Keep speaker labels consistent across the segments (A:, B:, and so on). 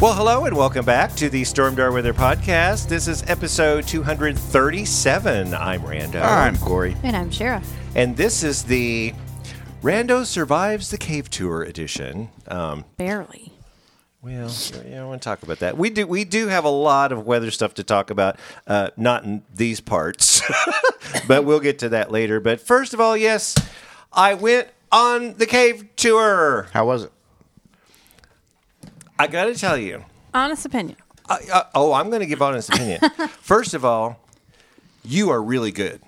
A: Well, hello and welcome back to the Stormdar Weather Podcast. This is episode 237. I'm Rando.
B: I'm Corey.
C: And I'm Shara.
A: And this is the Rando Survives the Cave Tour edition. Um,
C: Barely.
A: well, yeah, I want to talk about that. We do we do have a lot of weather stuff to talk about, uh, not in these parts, but we'll get to that later. But first of all, yes, I went on the cave tour.
B: How was it?
A: I got to tell you,
C: Honest opinion.
A: I, I, oh, I'm going to give honest opinion. First of all, you are really good.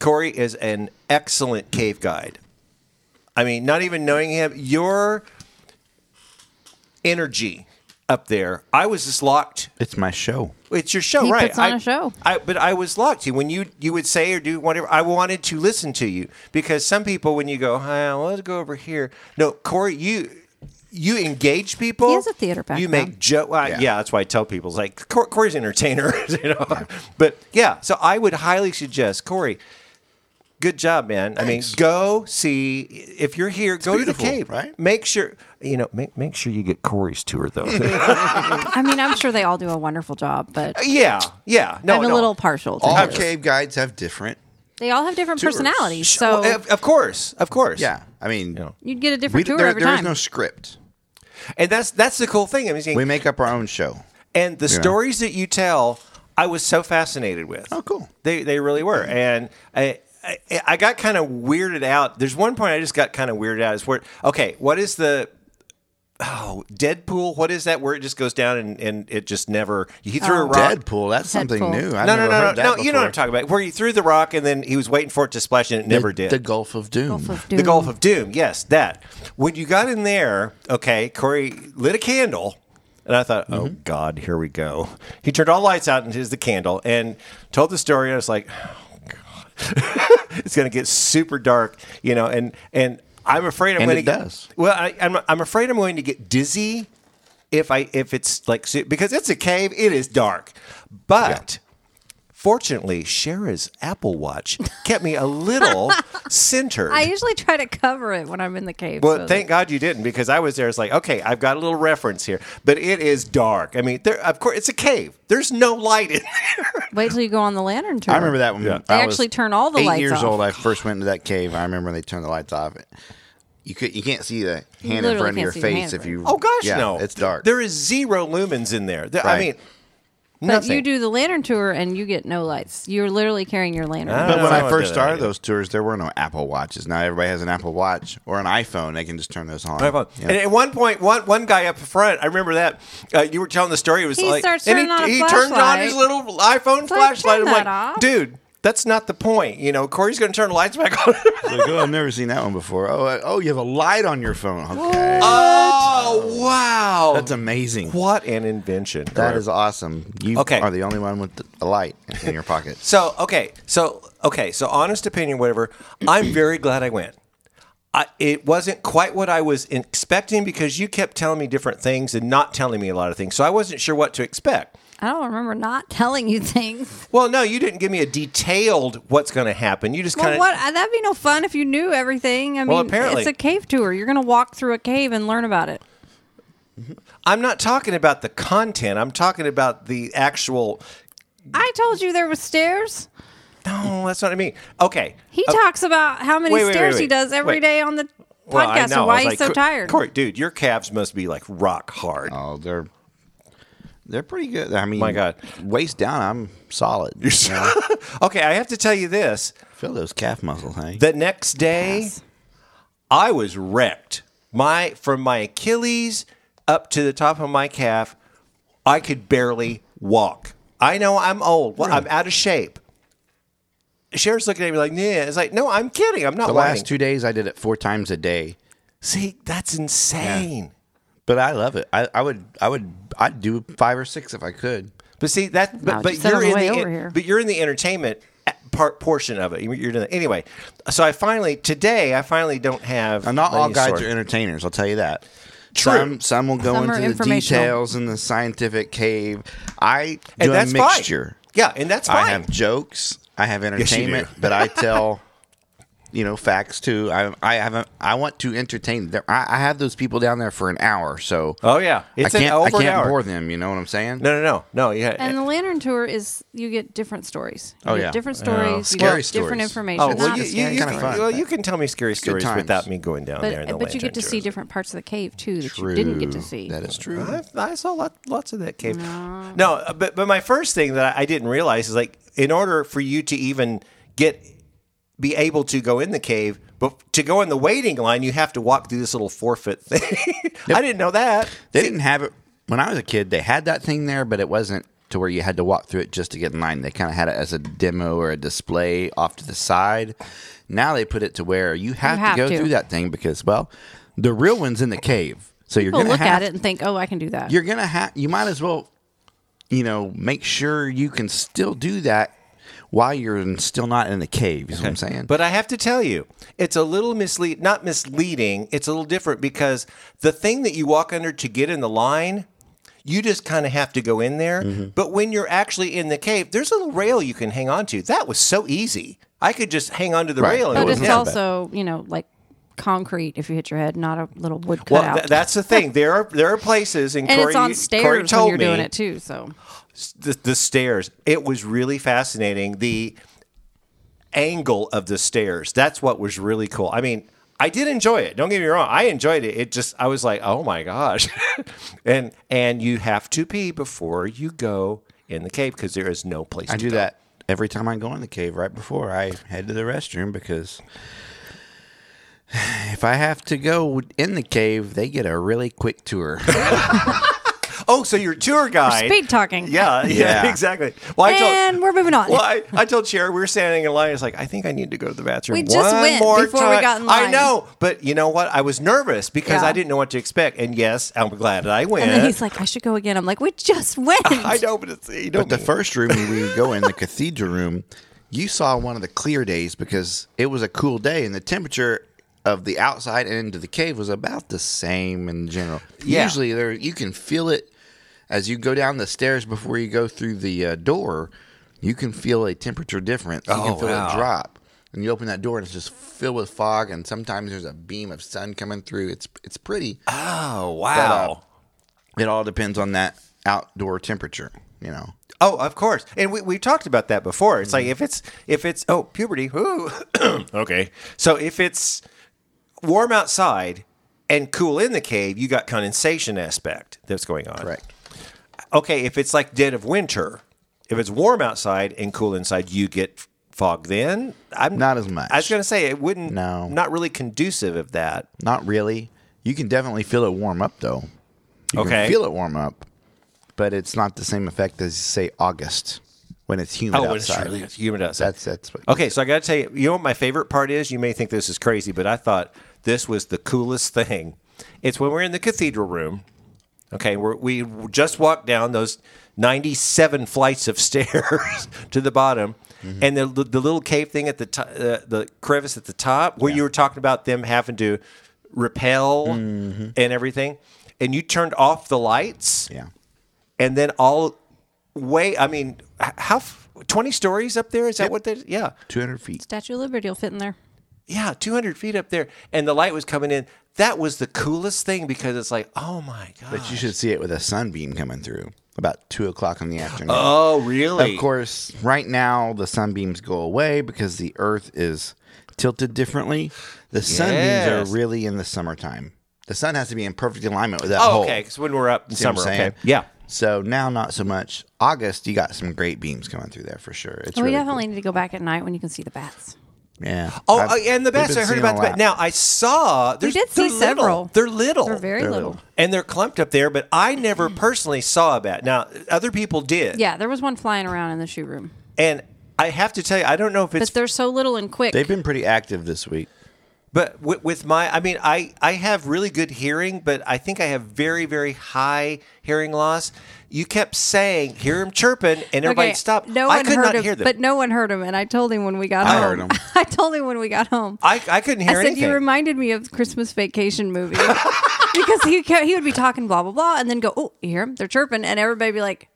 A: Corey is an excellent cave guide. I mean, not even knowing him, your energy up there. I was just locked.
B: It's my show.
A: It's your show,
C: He
A: right?
C: puts on
A: a
C: a show.
A: I, but I was locked. When you you would say or do whatever, I wanted to listen to you because some people, when you go, "Hi, let's go over here," no, Corey, you you engage people.
C: He has a theater
A: You
C: background.
A: make joke. Uh, yeah.
B: Yeah.
A: that's why I tell people it's like Cor- Corey's an entertainer, you know. But yeah, so I would highly suggest Corey. Good job, man. I mean, go see if you're here. go to the
B: beautiful,
A: cave.
B: right?
A: Make sure you know. Make make sure you get Corey's tour though.
C: I mean, I'm sure they all do a wonderful job, but
A: Yeah, yeah. No,
C: I'm a
A: no.
C: little partial to
B: All
C: theirs.
B: cave guides have different.
C: They all have different
B: Tours.
C: personalities,
A: Sh-
C: so
A: well, of, of course, of course.
B: Yeah, I mean,
C: you'd get a
B: we,
C: different
B: there,
C: tour
B: there
C: every
B: is
C: time.
B: no script.
A: and that's that's the cool thing. I mean,
B: We make up our own show.
A: and the
B: know.
A: stories that you tell, I was so fascinated with.
B: Oh, cool.
A: They they really were, and I. I, I got kind of weirded out. There's one point I just got kind of weirded out. Is where okay, what is the oh Deadpool? What is that? Where it just goes down and, and it just never he threw a rock.
B: Oh. Deadpool. That's something
C: Deadpool.
B: new. I've
A: no, no,
B: never
A: no,
B: heard
A: no,
B: that
A: no. You know what I'm
B: before.
A: talking about? Where he threw the rock and then he was waiting for it to splash and it never did.
B: The Gulf of Doom.
A: The Gulf of Doom. Yes, that. When you got in there, okay, Corey lit a candle, and I thought, oh
B: Mm-hmm.
A: God, here we go. He turned all lights out and his the candle and told the story. And I was like, oh, God, it's going to get super dark, you know, and and I'm afraid I'm
B: And
A: going to
B: it does.
A: Well, I, I'm I'm afraid I'm going to get dizzy if I if it's like su- because it's a cave, it is dark, but. Fortunately, Shara's Apple Watch kept me a little centered.
C: I usually try to cover it when I'm in the cave. so
A: Well,
C: that-
A: thank God you didn't because I was there. It's like, okay, I've got a little reference here, but it is dark. I mean, there, of course, it's a cave. There's no light in there.
C: Wait till you go on the lantern tour.
B: I remember that one.
C: They
B: I
C: actually
B: was
C: turn all the
B: eight
C: lights
B: years
C: off.
B: old. I first went into that cave. I remember they turned the lights off. You could you can't see the hand in
C: literally
B: front of
C: can't
B: your
C: see your
B: face
C: hand
B: if
C: right
B: you.
A: Oh gosh,
B: yeah,
A: no,
B: it's dark.
A: There is zero lumens in there. There- I
B: Right.
A: mean,
C: But
A: nothing.
C: you do the lantern tour and you get no lights. You're literally carrying your lantern.
A: Ah.
B: But when
A: I
B: I
A: don't do
B: first
A: that
B: started
A: either.
B: those tours, there were no Apple Watches. Now everybody has an Apple Watch or an iPhone. They can just turn those on. Yeah.
A: And at one point, one one guy up front, I remember that uh, you were telling the story. It was
C: He
A: like,
C: starts
A: and he,
C: turning on a
A: he turned on
C: flashlight.
A: his little iPhone
C: like,
A: flashlight.
C: turn
A: I'm like,
C: that off.
A: dude, that's not the point. You know, Corey's going to turn the lights back on.
B: Like, oh, I've never seen that one before. Oh, I- oh, you have a light on your phone. Okay,
A: oh wow,
B: that's amazing.
A: what an invention.
B: That is awesome. You
A: Okay.
B: are the only one with a light in your pocket.
A: So okay, so okay, so honest opinion, whatever. I'm very glad I went. I, it wasn't quite what I was expecting because you kept telling me different things and not telling me a lot of things, so I wasn't sure what to expect.
C: I don't remember not telling you things.
A: Well, no, you didn't give me a detailed what's going to happen. You just kind
C: Well,
A: of
C: what? I- That'd be no fun if you knew everything. I mean,
A: Well, apparently-
C: it's a cave tour. You're going to walk through a cave and learn about it.
A: I'm not talking about the content. I'm talking about the actual.
C: I told you there was stairs.
A: No, mm, that's not what I mean. Okay,
C: He talks about how many
A: Uh, wait, wait,
C: stairs
A: wait,
C: he does every
A: wait.
C: day on the podcast
A: Well, I know.
C: and
A: I was
C: why he's
A: like,
C: so
A: "Cor-
C: tired.
A: Corey, dude, your calves must be like rock hard.
B: Oh, they're they're pretty good. I mean,
A: My God.
B: waist down, I'm solid. You know,
A: Okay, I have to tell you this.
B: feel those calf muscles, hey?
A: The next day, I was wrecked. My from my Achilles up to the top of my calf, I could barely walk. I know I'm old. Well, I'm out of shape. Sharon's looking at me like, nah. It's like, no, I'm kidding. I'm not
B: The
A: lying.
B: last two days, I did it four times a day,
A: See, that's insane.
B: but I love it. I, I would, I would, I'd do five or six if I could.
A: But see that, but,
C: No,
A: but
C: just said
A: you're
C: on the
A: in
C: way
A: the
C: over here.
A: but you're in the entertainment part portion of it. You- You're doing it. anyway. So I finally today I finally don't have.
B: Now, Uh, not all
A: any
B: guides
A: sort-
B: are entertainers. I'll tell you that.
A: True.
B: Some, some will go
C: Some are
B: into the
C: informational.
B: details and the scientific cave. I do
A: and that's
B: a mixture.
A: Fine. Yeah, and that's fine.
B: I have jokes. I have
A: you
B: entertainment,
A: do.
B: but I tell you know facts too. I I haven't. I want to entertain. them. I, I have those people down there for an hour, so
A: oh yeah, it's
B: I can't.
A: an over
B: I can't
A: an hour.
B: bore them. You know what I'm saying?
A: No, no, no, no. Yeah,
C: And the lantern tour is you get different stories. You
B: Oh,
C: get
B: yeah.
C: different
B: Yeah.
C: stories. you
B: Scary
C: get Different
B: stories.
C: information.
A: oh well,
C: Not
A: you,
C: the
A: you,
C: scary
A: you
B: kinda
A: can,
B: fun.
A: well, you can tell me scary stories
B: times.
A: without me going down there in the
C: But, but you
A: lantern
C: get to see
A: tour.
C: different parts of the cave too that you didn't get to see.
B: That is true.
A: I, I saw lot, lots of that cave. No. uh, but but my first thing that I didn't realize is like in order for you to even get be able to go in the cave, but to go in the waiting line, you have to walk through this little forfeit thing. I didn't know that.
B: They didn't have it when I was a kid. They had that thing there, but it wasn't to where you had to walk through it just to get in line. They kind of had it as a demo or a display off to the side. Now they put it to where you have,
C: have
B: to go
C: to.
B: through that thing because well, the real one's in the cave. So you're
C: People
B: gonna
C: look
B: have
C: at it and think, "Oh, I can do that."
B: you're gonna have you might as well you know make sure you can still do that while you're in- still not in the cave is what i'm saying
A: But I have to tell you, it's a little mislead not misleading, it's a little different because the thing that you walk under to get in the line, you just kind of have to go in there.
B: Mm-hmm.
A: But when you're actually in the cave, there's a little rail you can hang on to. That was so easy. I could just hang onto the
B: Right.
A: rail and
B: That
A: it
C: but
A: was
C: it's
B: wasn't so bad.
C: also you know like concrete if you hit your head, not a little wood
A: well,
C: cutout.
A: tha- that's the thing. There are there are places, and,
C: and
A: Corey,
C: it's on
A: Corey
C: stairs when
A: told
C: you're doing
A: me
C: it too. So
A: the, the stairs. It was really fascinating. The angle of the stairs. That's what was really cool. I mean, I did enjoy it. Don't get me wrong. I enjoyed it. It just I was like, oh my gosh, and and you have to pee before you go in the cave because there is no place.
B: i
A: to
B: do
A: go.
B: that every time i go in the cave right before i head to the restroom because if i have to go in the cave they get a really quick tour
A: Oh, so your tour guide.
C: speed talking.
A: Yeah, yeah,
B: Yeah.
A: exactly. Well, I told,
C: And we're moving on.
A: Well, I, I told Cher we were standing in line. It's like I think I need to go to the bathroom.
C: We just
A: one
C: went
A: more
C: before we
A: time.
C: got in
A: I
C: line.
A: know, but you know what? I was nervous because
C: Yeah.
A: I didn't know what to expect. And yes, I'm glad that I went.
C: And then he's like, "I should go again." I'm like, "We just went."
A: I know, but it's you know,
B: But the first room we go in, the cathedral room, you saw one of the clear days because it was a cool day and the temperature of the outside end of the cave was about the same in general.
A: Yeah.
B: Usually there you can feel it as you go down the stairs before you go through the uh, door, you can feel a temperature difference. You
A: Oh,
B: can feel
A: wow.
B: a drop. And you open that door and it's just filled with fog and sometimes there's a beam of sun coming through. It's it's pretty.
A: oh wow.
B: It all depends on that outdoor temperature, you know.
A: Oh, of course, and we we talked about that before. It's like if it's if it's oh puberty, ooh. okay. So if it's warm outside and cool in the cave, you got condensation aspect that's going on.
B: Correct.
A: okay, if it's like dead of winter, if it's warm outside and cool inside, you get fog then. I'm
B: Not as much.
A: I was gonna say it wouldn't
B: No.
A: not really conducive of that.
B: Not really. You can definitely feel it warm up though. You
A: Okay.
B: can feel it warm up, but it's not the same effect as say August when it's humid
A: Oh, it's
B: outside.
A: really humid outside.
B: that's that's what
A: Okay, so I got to tell you, you know what my favorite part is? You may think this is crazy, but I thought this was the coolest thing. It's when we're in the cathedral room. Okay, we're, we just walked down those 97 flights of stairs to the bottom, and the, the little cave thing at the to, uh, the crevice at the top where you were talking about them having to repel and everything, and you turned off the lights
B: Yeah.
A: and then all way. I mean, h- how f- twenty stories up there? Is that what they? Yeah,
B: Two hundred feet.
C: Statue of Liberty will fit in there.
A: yeah, two hundred feet up there, and the light was coming in. That was the coolest thing because it's like, oh my god!
B: But you should see it with a sunbeam coming through about two o'clock in the afternoon.
A: Oh, really?
B: Of course, right now the sunbeams go away because the Earth is tilted differently. The
A: Yes.
B: sunbeams are really in the summertime. The sun has to be in perfect alignment with that
A: Oh,
B: hole.
A: okay. Because when we're up in
B: See what I'm
A: summer, okay,
B: saying?
A: yeah.
B: So now, not so much. August, you got some great beams coming through there for sure. It's
C: we
B: really
C: definitely need to go back at night when you can see the bats.
B: Yeah.
A: Oh,
B: I've-
A: uh, and the
B: we've
A: bats.
B: been
A: I heard
B: seeing
A: about
B: a
A: the bat.
B: lot.
A: Now I saw. there's-
C: did see
A: they're little.
C: several.
A: They're little.
C: They're very
B: They're
C: little.
B: little.
A: and they're clumped up there, but I never personally saw a bat. Now other people did.
C: Yeah, there was one flying around in the shoe room,
A: And I have to tell you, I don't know if
C: but
A: it's
C: they're so little and quick.
B: They've been pretty active this week.
A: But with, with my, I mean, I, I have really good hearing, but I think I have very, very high hearing loss. You kept saying, hear him chirping, and everybody
C: Okay,
A: stopped.
C: No
A: I
C: one
A: could
C: heard
A: not
C: him,
A: hear them.
C: but no one heard him. And I told him when we got
B: I
C: home.
B: heard him.
C: I told him when we got home.
A: I, I couldn't
C: I
A: hear
C: said
A: anything.
C: you reminded me of Christmas Vacation movie because he kept, he would be talking blah blah blah and then go oh you hear him they're chirping and everybody be like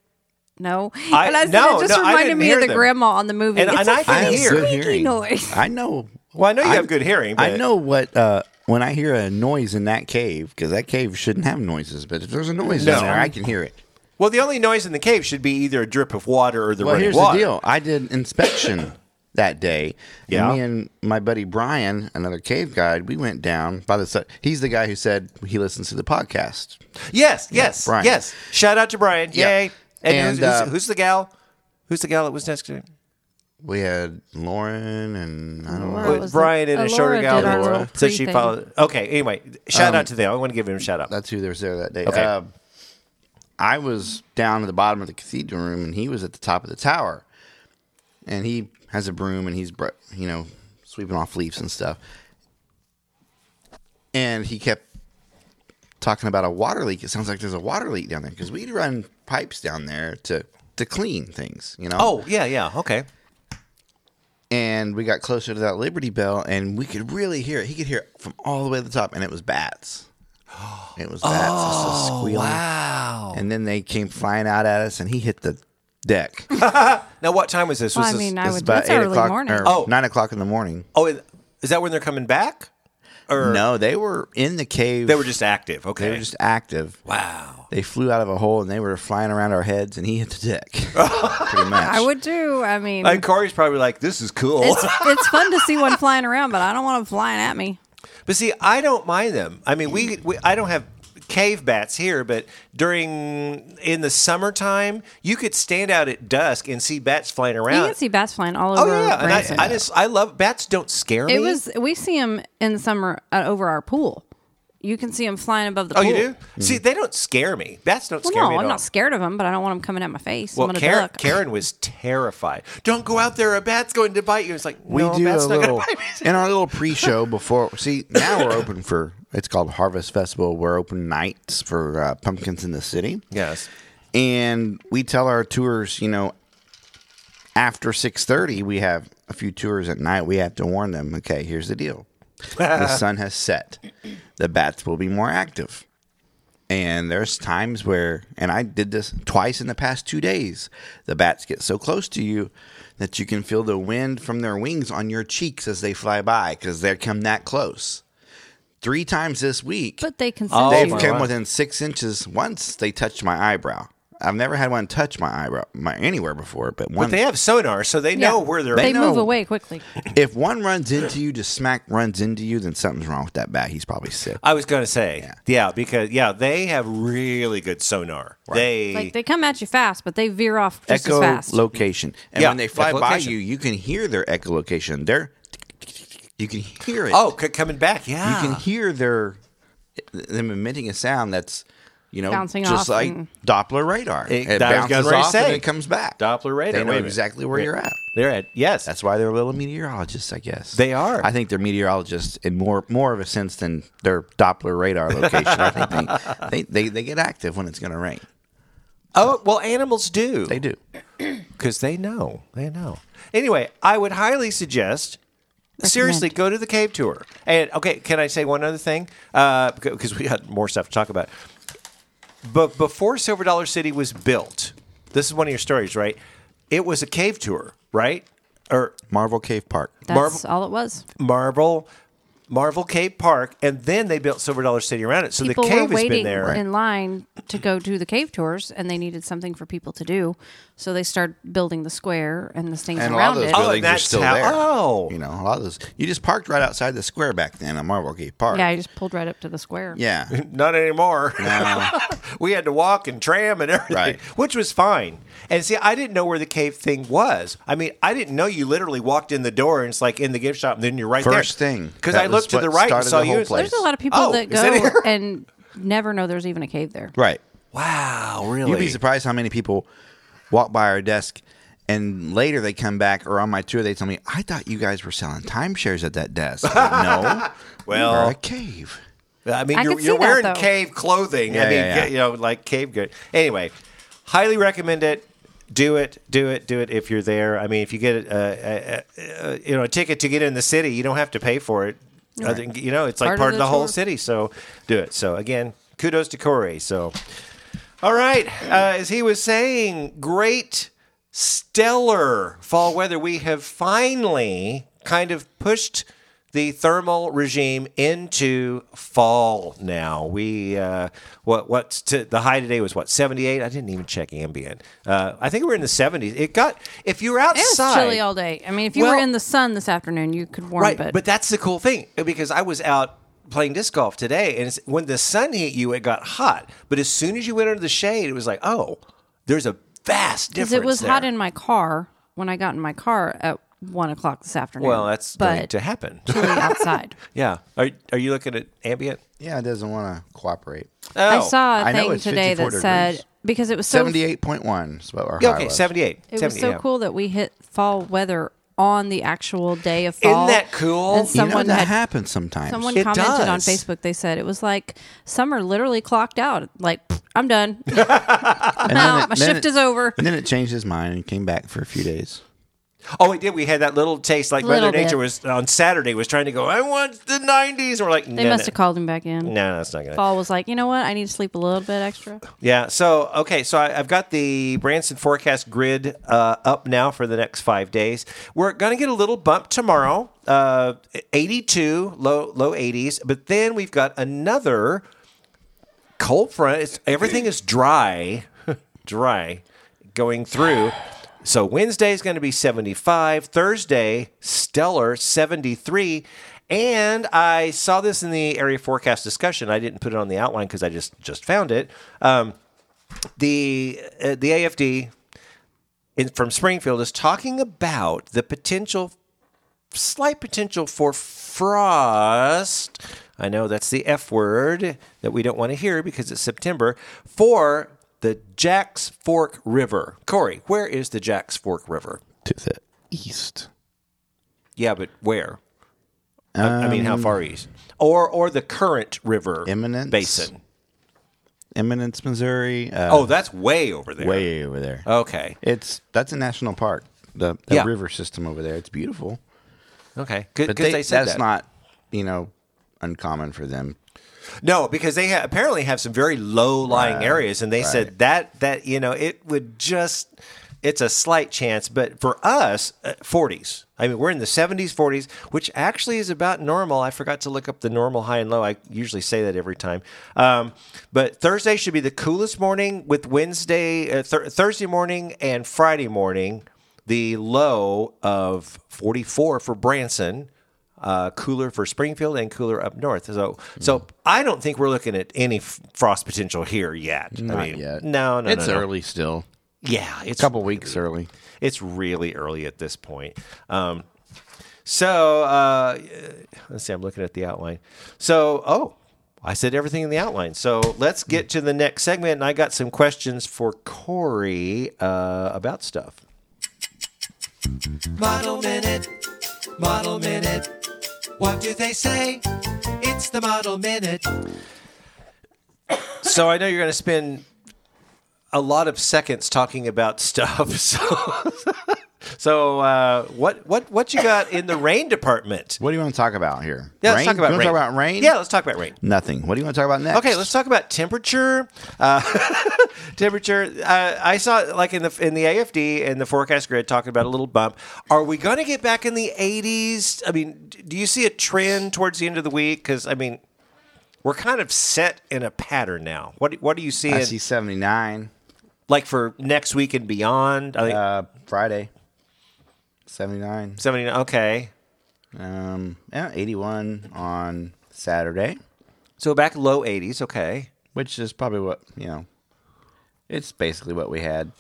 C: no
A: I-
C: and I said
A: no,
C: it just
A: no, I
C: reminded
A: didn't
C: me
A: hear
C: of the
A: them.
C: grandma on the movie
A: And-
C: it's
A: and
C: a
A: I can
C: funny
A: hear.
B: good
C: squeaky
B: hearing.
C: noise
B: I know.
A: well, I know you have good hearing, but
B: I know what uh, when I hear a noise in that cave because that cave shouldn't have noises, but if there's a noise
A: No.
B: in there, I can hear it.
A: Well, the only noise in the cave should be either a drip of water or the
B: Well,
A: running
B: here's
A: water.
B: the deal. I did inspection that day.
A: Yeah.
B: And me and my buddy Brian, another cave guide, we went down by the side. He's the guy who said he listens to the podcast.
A: Yes, yes,
B: Brian.
A: yes. Shout out to Brian.
B: Yeah.
A: Yay. And,
B: And,
A: who's, who's,
B: uh,
A: who's the gal? Who's the gal that was next to him?
B: We had Lauren and I don't
C: Laura
B: know.
A: With
C: was the-
A: Brian and
C: uh,
A: a shorter
C: Laura
A: gal.
C: did our
A: that-
C: little
A: so
C: pre
A: she
C: thing.
A: followed. Okay, anyway, shout out to them. I want to give him a shout out.
B: Um, That's who was there that day.
A: Okay.
B: Uh, I was down at the bottom of the cathedral room, and he was at the top of the tower. And he has a broom, and he's br- you know sweeping off leaves and stuff. And he kept talking about a water leak. It sounds like there's a water leak down there because we'd run pipes down there to to clean things. You know.
A: Oh, yeah, yeah. Okay.
B: And we got closer to that Liberty Bell, and we could really hear it. He could hear it from all the way to the top, and it was bats. It was bats.
A: Oh,
B: just squealing.
A: Wow.
B: And then they came flying out at us, and he hit the deck. It
A: Now, what time was this?
C: Well,
A: Was
C: I
A: this-
C: mean I
B: was
C: would
B: about
C: that's
B: eight
C: early
B: o'clock
C: morning
B: or
A: Oh.
B: nine o'clock in the morning.
A: oh, is is that when they're coming back? Or
B: No, they Er. were in the cave.
A: they were just active. Okay.
B: they were just active.
A: wow.
B: They flew out of a hole and they were flying around our heads, and he hit the deck. Pretty much.
C: I would do I mean
A: And Corey's probably like, "This is cool."
C: it's it's fun to see one flying around but I don't want them flying at me
A: But see, I don't mind them. I mean, we, we I don't have cave bats here, but during in the summertime, you could stand out at dusk and see bats flying
C: you
A: around.
C: can see bats flying all
A: oh
C: over
A: yeah, and
C: Branson.
A: I, I just I love bats. Don't scare me.
C: It was we see them in the summer uh, over our pool. You can see them flying above the
A: Oh,
C: pool.
A: you do?
B: Mm-hmm.
A: See, they don't scare me. Bats don't
C: Well,
A: scare me
C: no,
A: at
C: I'm
A: all.
C: not scared of them, but I don't want them coming at my face.
A: well,
C: I'm gonna
A: Karen,
C: duck.
A: Karen was terrified. Don't go out there. A bat's going to bite you. It's like
B: we
A: no, a
B: do a
A: bat's not
B: little
A: going to bite me.
B: in our little pre-show before. See, now we're open for. It's called Harvest Festival. We're open nights for uh, pumpkins in the city.
A: Yes.
B: and we tell our tours you know after 6.30 we have a few tours at night we have to warn them okay here's the deal the sun has set the bats will be more active and there's times where and i did this twice in the past two days the bats get so close to you that you can feel the wind from their wings on your cheeks as they fly by because they come that close three times this week
C: But they can see
A: Oh,
B: They've
A: my
B: come
A: God.
B: within six inches once they touched my eyebrow. I've never had one touch my eyebrow my, anywhere before, but one.
A: But they have sonar, so they know where they're.
C: They
B: They
C: move
B: know.
C: away quickly.
B: if one runs into you, just smack runs into you, then something's wrong with that bat. He's probably sick.
A: I was going to say, yeah. because yeah, they have really good sonar. They,
C: Like they come at you fast, but they veer off just as fast.
B: Echolocation, and
A: Yeah,
B: when they fly by
A: echolocation.
B: you, you can hear their echolocation. They're you can hear it.
A: oh, ah. c- coming back,
B: you
A: yeah.
B: can hear their them emitting a sound that's you know
C: Bouncing
B: just
C: off
B: like
C: and-
B: Doppler radar.
A: It-
B: It,
A: that was
B: bounces
A: gonna
B: off
A: say.
B: and it comes back.
A: Doppler radar,
B: They know
A: wait a minute.
B: exactly where
A: Yeah.
B: you're at.
A: They're at yes.
B: That's why they're little meteorologists, I guess.
A: They are.
B: I think they're meteorologists in more more of a sense than their Doppler radar location. I think they, they, they, they get active when it's going to rain.
A: oh well, animals do
B: They do.
A: because they know they know. Anyway, I would highly suggest. Seriously, go to the cave tour. And okay, can I say one other thing? Because we got more stuff to talk about. But before Silver Dollar City was built, this is one of your stories, right? It was a cave tour, right? Or
B: Marvel Cave Park.
C: That's all it was.
A: Marvel Marvel Cave Park, and then they built Silver Dollar City around it. So
C: people
A: the cave
C: were
A: has
C: waiting
A: been there.
C: in line to go do the cave tours, and they needed something for people to do, so they started building the square and the things
B: And a lot
C: around
B: of those
C: it.
A: buildings
B: buildings
A: are
B: are
A: that's still
B: still
A: how- there.
B: there.
A: oh.
B: You know, a lot of those. You just parked right outside the square back then at Marvel Cave Park.
C: yeah, I just pulled right up to the square.
B: Yeah.
A: Not anymore.
B: Now,
A: we had to walk and tram and everything,
B: Right.
A: which was fine. And see, I didn't know where the cave thing was. I mean, I didn't know you literally walked in the door and it's like in the gift shop, and then you're right there.
B: First thing.
A: because
B: That
A: I
B: was
A: looked to
B: what
A: the right and
B: started
A: saw
B: the
A: you.
B: whole
A: It's like,
B: place.
C: There's a lot of people
A: Oh,
C: that
A: is that
C: go
A: here?
C: and never know there's even a cave there.
B: Right.
A: Wow, really?
B: You'd be surprised how many people walk by our desk and later they come back or on my tour they tell me, I thought you guys were selling timeshares at that desk. Like, no.
A: Well-
B: we were a cave.
A: I mean,
C: I
A: you're,
C: could see
A: you're
C: that,
A: wearing
C: though.
A: cave clothing. I
B: Yeah,
A: mean,
B: yeah, yeah.
A: you know, like cave good. Anyway, highly recommend it. Do it, do it, do it if you're there. I mean, if you get a, a, a, you know a ticket to get in the city, you don't have to pay for it. I think, you know, it's like part, of the, whole
C: tour.
A: city. So do it. So again, kudos to Corey. So, all right, uh, as he was saying, great, stellar fall weather. We have finally kind of pushed the thermal regime into fall now. We uh, what what's to, the high today was what seventy eight. I didn't even check ambient. Uh, I think we're in the seventies. It got if you're
C: It was
A: outside
C: chilly all day. I mean, if you were
A: Well-
C: in the sun this afternoon, you could warm,
A: right,
C: but,
A: but that's the cool thing because I was out playing disc golf today, and it's, when the sun hit you, it got hot. But as soon as you went under the shade, it was like, oh, there's a vast difference.
C: because it was
A: there.
C: hot in my car when I got in my car at one o'clock this afternoon.
A: Well, that's going
C: but
A: to happen.
C: chilly outside.
A: yeah. Are are you looking at ambient?
B: Yeah, it doesn't want to cooperate.
A: Oh,
C: I saw a
B: I know
C: thing
B: it's
C: today that
B: 54
C: said
B: degrees.
C: because it was so
B: Seventy eight point one is what our
A: Yeah,
B: high
A: okay,
B: was.
A: seventy-eight.
C: it was
A: 78,
C: so
A: yeah.
C: cool that we hit fall weather on the actual day of
A: Isn't
C: fall.
A: that cool?
C: And
A: You
B: You know,
C: someone
B: that
C: had
B: happens sometimes.
C: Someone
A: It
C: commented on
A: does.
C: Facebook. They said it was like summer literally clocked out. Like "Pfft, I'm done.
B: and
C: out.
B: it-
C: My shift
B: it-
C: is over.
B: And then it changed his mind and came back for a few days.
A: Oh, we did. We had that little taste. Like
C: Little
A: Mother Nature
C: bit.
A: was on Saturday was trying to go. I want the nineties. We're like,
C: They
A: no,
C: must
A: no.
C: have called him back in.
A: No, that's not gonna.
C: Fall was like, you know what? I need to sleep a little bit extra.
A: Yeah. So okay. So I, I've got the Branson forecast grid uh, up now for the next five days. We're gonna get a little bump tomorrow, uh, 82, low low 80s, but then we've got another cold front. It's, everything is dry, dry, going through. So Wednesday is going to be 75. Thursday, stellar 73. And I saw this in the area forecast discussion. I didn't put it on the outline because I just just found it. Um, the uh, the AFD in, from Springfield is talking about the potential slight potential for frost. I know that's the F word that we don't want to hear because it's September for the Jack's Fork River. Corey, where is the Jack's Fork River?
B: To the east.
A: Yeah, but where? I- I mean, how far east? Or or the current river
B: Um, Eminence? Uh,
A: basin?
B: Eminence, Missouri. Uh,
A: Oh, that's way over there.
B: way over there.
A: Okay.
B: It's that's a national park. The, the
A: Yeah.
B: river system over there. It's beautiful.
A: Okay. Because
B: But
A: they,
B: they,
A: said
B: that's
A: that.
B: not, you know, uncommon for them.
A: No, because they ha- apparently have some very low lying areas, and they said that that you know it would just it's a slight chance, but for us, uh, forties. I mean, we're in the seventies, forties, which actually is about normal. I forgot to look up the normal high and low. I usually say that every time, um, but Thursday should be the coolest morning, with Wednesday, uh, th- Thursday morning, and Friday morning the low of 44 for Branson, uh, cooler for Springfield, and cooler up north. So,
B: Hmm.
A: so I don't think we're looking at any f- frost potential here yet. I mean,
B: yet.
A: No, no,
B: it's
A: no, no.
B: early still.
A: Yeah, it's
B: A couple weeks early.
A: it's really early at this point. Um, so uh, let's see. I'm looking at the outline. So oh, I said everything in the outline. So let's get to the next segment, and I got some questions for Corey uh, about stuff. Model minute, model minute. What do they say? It's the model minute. so I know you're going to spend a lot of seconds talking about stuff. So, so uh, what what what you got in the rain department?
B: What do you want to talk about here?
A: Yeah,
B: rain?
A: let's talk about
B: you
A: rain.
B: want to talk about rain?
A: Yeah, let's talk about rain.
B: Nothing. What do you want to talk about next?
A: Okay, let's talk about temperature. Uh, temperature. Uh, I saw like in the in the AFD and the forecast grid talking about a little bump. Are we going to get back in the 80s? I mean, d- do you see a trend towards the end of the week? Because I mean, we're kind of set in a pattern now. What what are you seeing?
B: I see 79
A: Like for next week and beyond? I think
B: uh, Friday. 79.
A: 79. Okay.
B: Um, yeah, 81 on Saturday.
A: So back low 80s, okay.
B: which is probably what you know. It's basically what we had.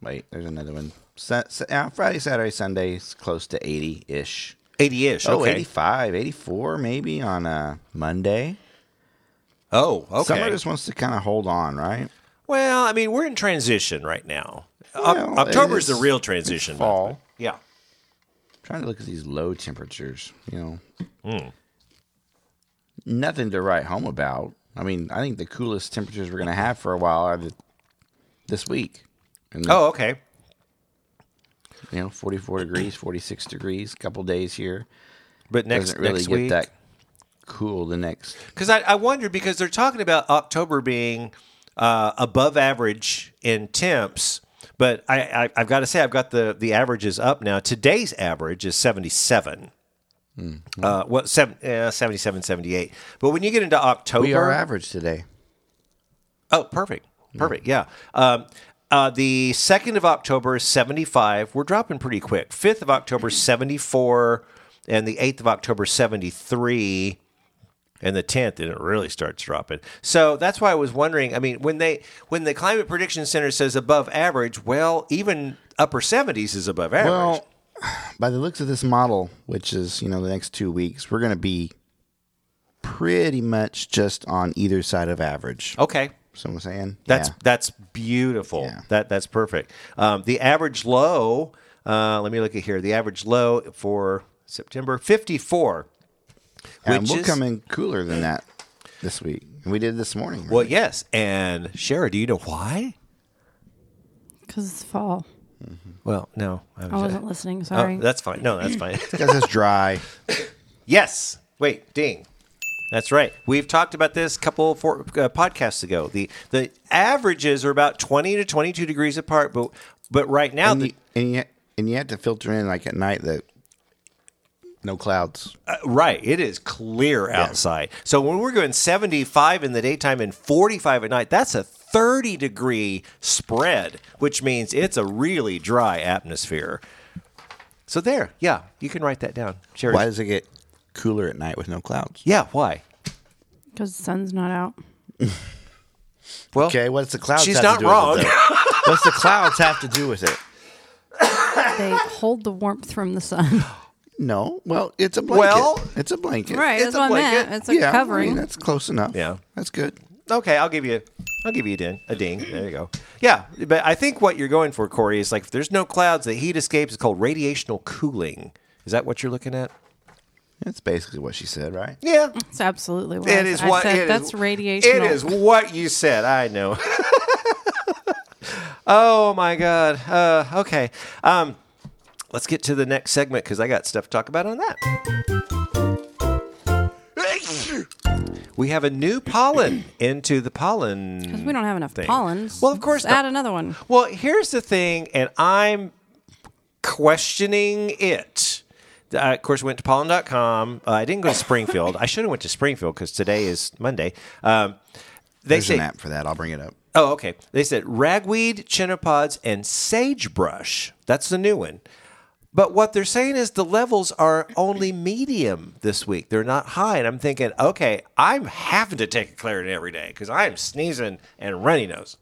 B: Wait, there's another one. Sa- sa- yeah, Friday, Saturday, Sunday is close to eighty ish.
A: 80 ish.
B: Oh,
A: okay.
B: 85, 84 maybe on a Monday.
A: Oh, okay.
B: Summer just wants to kind of hold on, right?
A: Well, I mean, we're in transition right now.
B: Well,
A: Oc October's the
B: it's-
A: real transition. month,
B: fall.
A: but- Yeah.
B: trying to look at these low temperatures, you know.
A: Hmm.
B: Nothing to write home about. I mean, I think the coolest temperatures we're going to have for a while are the, this week. And,
A: Oh, okay.
B: You know, 44 degrees, 46 degrees, couple days here.
A: But next
B: Doesn't really
A: next
B: get
A: week,
B: that cool the next.
A: because I, I wonder because they're talking about October being uh, above average in temps, but I, I I've got to say I've got the the averages up now. Today's average is seventy seven. Uh, what seven, eh, 77, 78. But when you get into October,
B: Mm-hmm. We are average today.
A: Oh, perfect. Perfect. Yeah. Um, uh, the 2nd of October is 75. We're dropping pretty quick. 5th of October, 74. And the 8th of October, 73. And the 10th, and it really starts dropping. So that's why I was wondering. I mean, when they when the Climate Prediction Center says above average, well, even upper 70s is above average.
B: Well, by the looks of this model, which is, you know, the next two weeks, we're going to be pretty much just on either side of average.
A: okay.
B: So I'm saying
A: Oh. That's
B: Yeah.
A: that's beautiful.
B: Yeah.
A: That that's perfect. Um, the average low. Uh, let me look at here. The average low for September fifty four.
B: And
A: which
B: we'll
A: is-
B: come in cooler than that this week. And we did this morning.
A: Well, yes. And Shara, do you know why?
C: Because it's fall.
A: Well, no. I, was,
C: I wasn't listening.
A: Oh,
C: Sorry.
A: that's fine. No, that's fine.
B: Because it's dry.
A: yes. Wait, ding. That's right. We've talked about this couple four, uh, podcasts ago. The the averages are about twenty to twenty two degrees apart, but but right now
B: And
A: the,
B: you, and, you, and you had to filter in like at night that no clouds.
A: Right. It is clear outside. So when we're going 75 in the daytime and 45 at night, that's a 30 degree spread, which means it's a really dry atmosphere. So there, yeah, you can write that down. Sherry.
B: Why does it get cooler at night with no clouds?
A: Yeah, why?
C: Because the sun's not out.
A: Well,
B: Okay, what's the clouds
A: She's
B: have
A: not
B: to do with
A: wrong.
B: it, though? what's the clouds have to do with it?
C: They hold the warmth from the sun.
B: No. Well, it's a blanket.
A: Well-
B: it's a blanket.
C: right.
A: It's
C: That's
A: a
C: what I meant.
A: blanket.
C: It's like
B: yeah, I mean,
C: covering.
B: that's close enough.
A: Yeah.
B: That's good.
A: okay, I'll give you I'll give you a ding. A ding. There you go. Yeah, but I think what you're going for, Corey, is like if there's no clouds, the heat escapes is called radiational cooling. Is that what you're looking at?
B: That's basically what she said, right?
A: Yeah.
C: It's absolutely what
A: It is
C: I
A: what
C: said.
A: it is-
C: that's radiation.
A: It is what you said. I know. oh my god. Uh, okay. Um, let's get to the next segment because I got stuff to talk about on that. We have a new pollen into the pollen.
C: We don't have enough
A: Thing.
C: pollen.
A: Well, of course
C: Let's add
A: not.
C: another one.
A: Well, here's the thing, and I'm questioning it. I, of course, went to pollen.com. Uh, I didn't go to Springfield. I should have went to Springfield because today is Monday. Um, they
B: There's
A: say,
B: an app for that. I'll bring it up.
A: oh, okay. They said ragweed, chinopods, and sagebrush. That's the new one. But what they're saying is the levels are only medium this week. They're not high. And I'm thinking, okay, I'm having to take a Claritin every day because I'm sneezing and runny nose.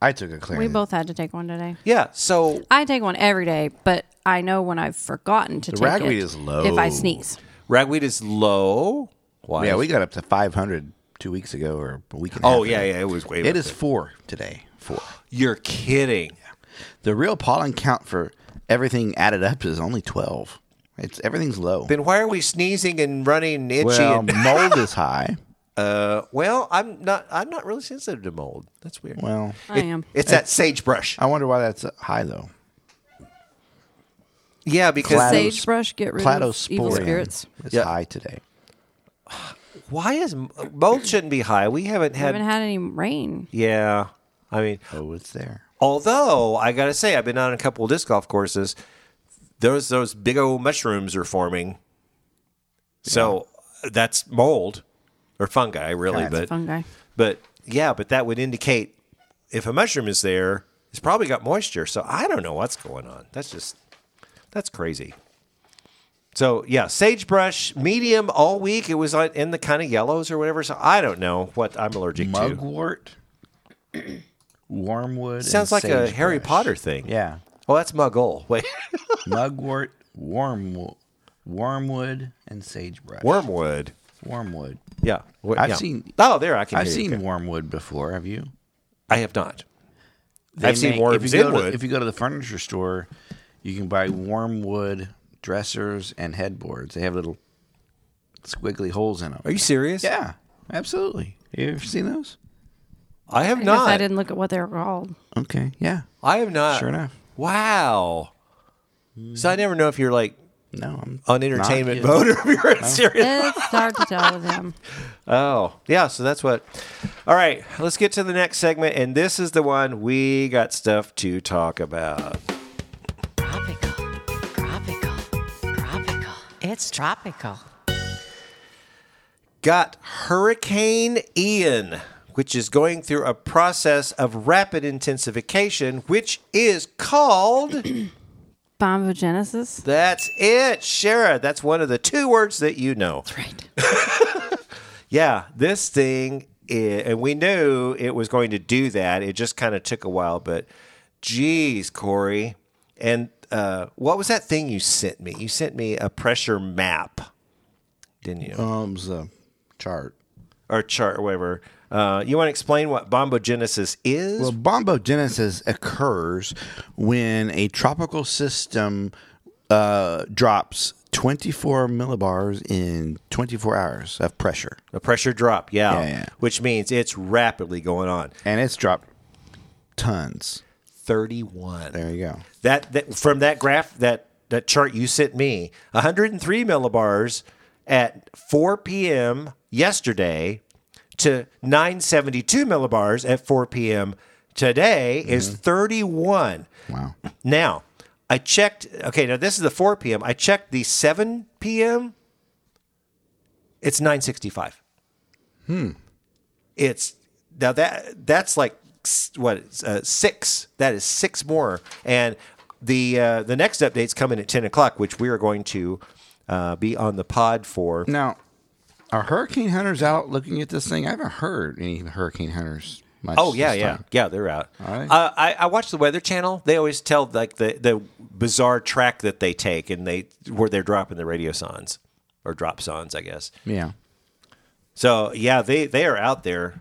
B: I took a clear.
C: We both had to take one today.
A: Yeah. So
C: I take one every day, but I know when I've forgotten to take
B: ragweed
C: it
B: is low.
C: if I sneeze.
A: Ragweed is low. Why?
B: Yeah, we got up to 500 two weeks ago or a week and a
A: oh
B: half
A: yeah,
B: ago.
A: yeah. It was way.
B: It is four today. Four.
A: You're kidding.
B: The real pollen count for everything added up is only twelve. It's everything's low.
A: Then why are we sneezing and running and itchy?
B: well,
A: and,
B: mold is high.
A: uh, well, I'm not. I'm not really sensitive to mold. That's weird.
B: Well,
C: I am.
A: it's that sagebrush.
B: I wonder why that's high though.
A: Yeah, because
B: Clad- Platos-
C: Sagebrush, get rid of evil
B: Platysporium
C: spirits.
B: is
A: Yeah.
B: high today.
A: why is mold shouldn't be high? We haven't
C: I
A: had.
C: haven't had any rain.
A: yeah, I mean,
B: Oh, it's there.
A: although I gotta say, I've been on a couple of disc golf courses. Those those big old mushrooms are forming. So that's mold or fungi, really.
B: Yeah, it's
A: but
C: Fungi.
A: But yeah, but that would indicate if a mushroom is there, it's probably got moisture. So I don't know what's going on. That's just that's crazy. So yeah, sagebrush medium all week. It was like in the kind of yellows or whatever. So I don't know what I'm allergic to.
B: Mugwort, wormwood. and
A: Sounds like a Harry
B: sagebrush.
A: Potter thing.
B: Yeah,
A: Well, that's Muggle. Wait,
B: mugwort, wormwood, wormwood, and sagebrush.
A: Wormwood.
B: Wormwood.
A: Yeah, Wor-
B: I've
A: yeah.
B: seen-
A: Oh, there I can.
B: I've
A: hear you.
B: seen wormwood before. Have you?
A: I have not.
B: They
A: I've seen
B: make-
A: worms
B: if you,
A: in
B: go to,
A: wood.
B: if you go to the furniture store, you can buy wormwood dressers and headboards. They have little squiggly holes in them.
A: Are you serious?
B: Yeah, absolutely. You ever seen those?
A: I have
C: I guess
A: not.
C: I didn't look at what they were called.
B: Okay. Yeah.
A: I have not.
B: Sure enough.
A: Wow. So I never know if you're like
B: No. I'm
A: on
B: not-
A: entertainment mode or if you're serious.
C: It's hard to tell with him.
A: Oh, yeah. So that's what. All right. Let's get to the next segment. And this is the one we got stuff to talk about.
D: Tropical. Tropical. Tropical. It's tropical.
A: Got Hurricane Ian, which is going through a process of rapid intensification, which is called.
C: Bombogenesis.
A: That's it, Shara. That's one of the two words that you know. That's right. yeah, this thing, i and we knew it was going to do that. It just kind of took a while, but geez, Corey. And uh, what was that thing you sent me? You sent me a pressure map, didn't you?
B: Um, it's a chart.
A: or chart, or whatever. Uh, you want to explain what bombogenesis is?
B: Well, bombogenesis occurs when a tropical system uh, drops 24 millibars in 24 hours of pressure,
A: a pressure drop, yeah,
B: Yeah, yeah.
A: Which means it's rapidly going on.
B: and it's dropped tons.
A: 31.
B: There you go.
A: that, that from that graph that that chart you sent me 103 millibars at 4 p.m yesterday to 972 millibars at 4 p.m today is 31
B: Wow.
A: now i checked okay now this is the 4 p.m i checked the 7 p.m it's 965 hmm it's now that that's like s- what uh, six that is six more and the uh, the next update's coming at 10 o'clock which we are going to uh, be on the pod for
B: Now, are hurricane hunters out looking at this thing? I haven't heard any hurricane hunters much.
A: Oh yeah,
B: this
A: yeah,
B: time.
A: yeah. They're out.
B: All right.
A: Uh, I, I watch the Weather Channel. They always tell like the, the bizarre track that they take, and they where they're dropping the radio sons or drop sons, I guess.
B: Yeah.
A: So yeah, they they are out there.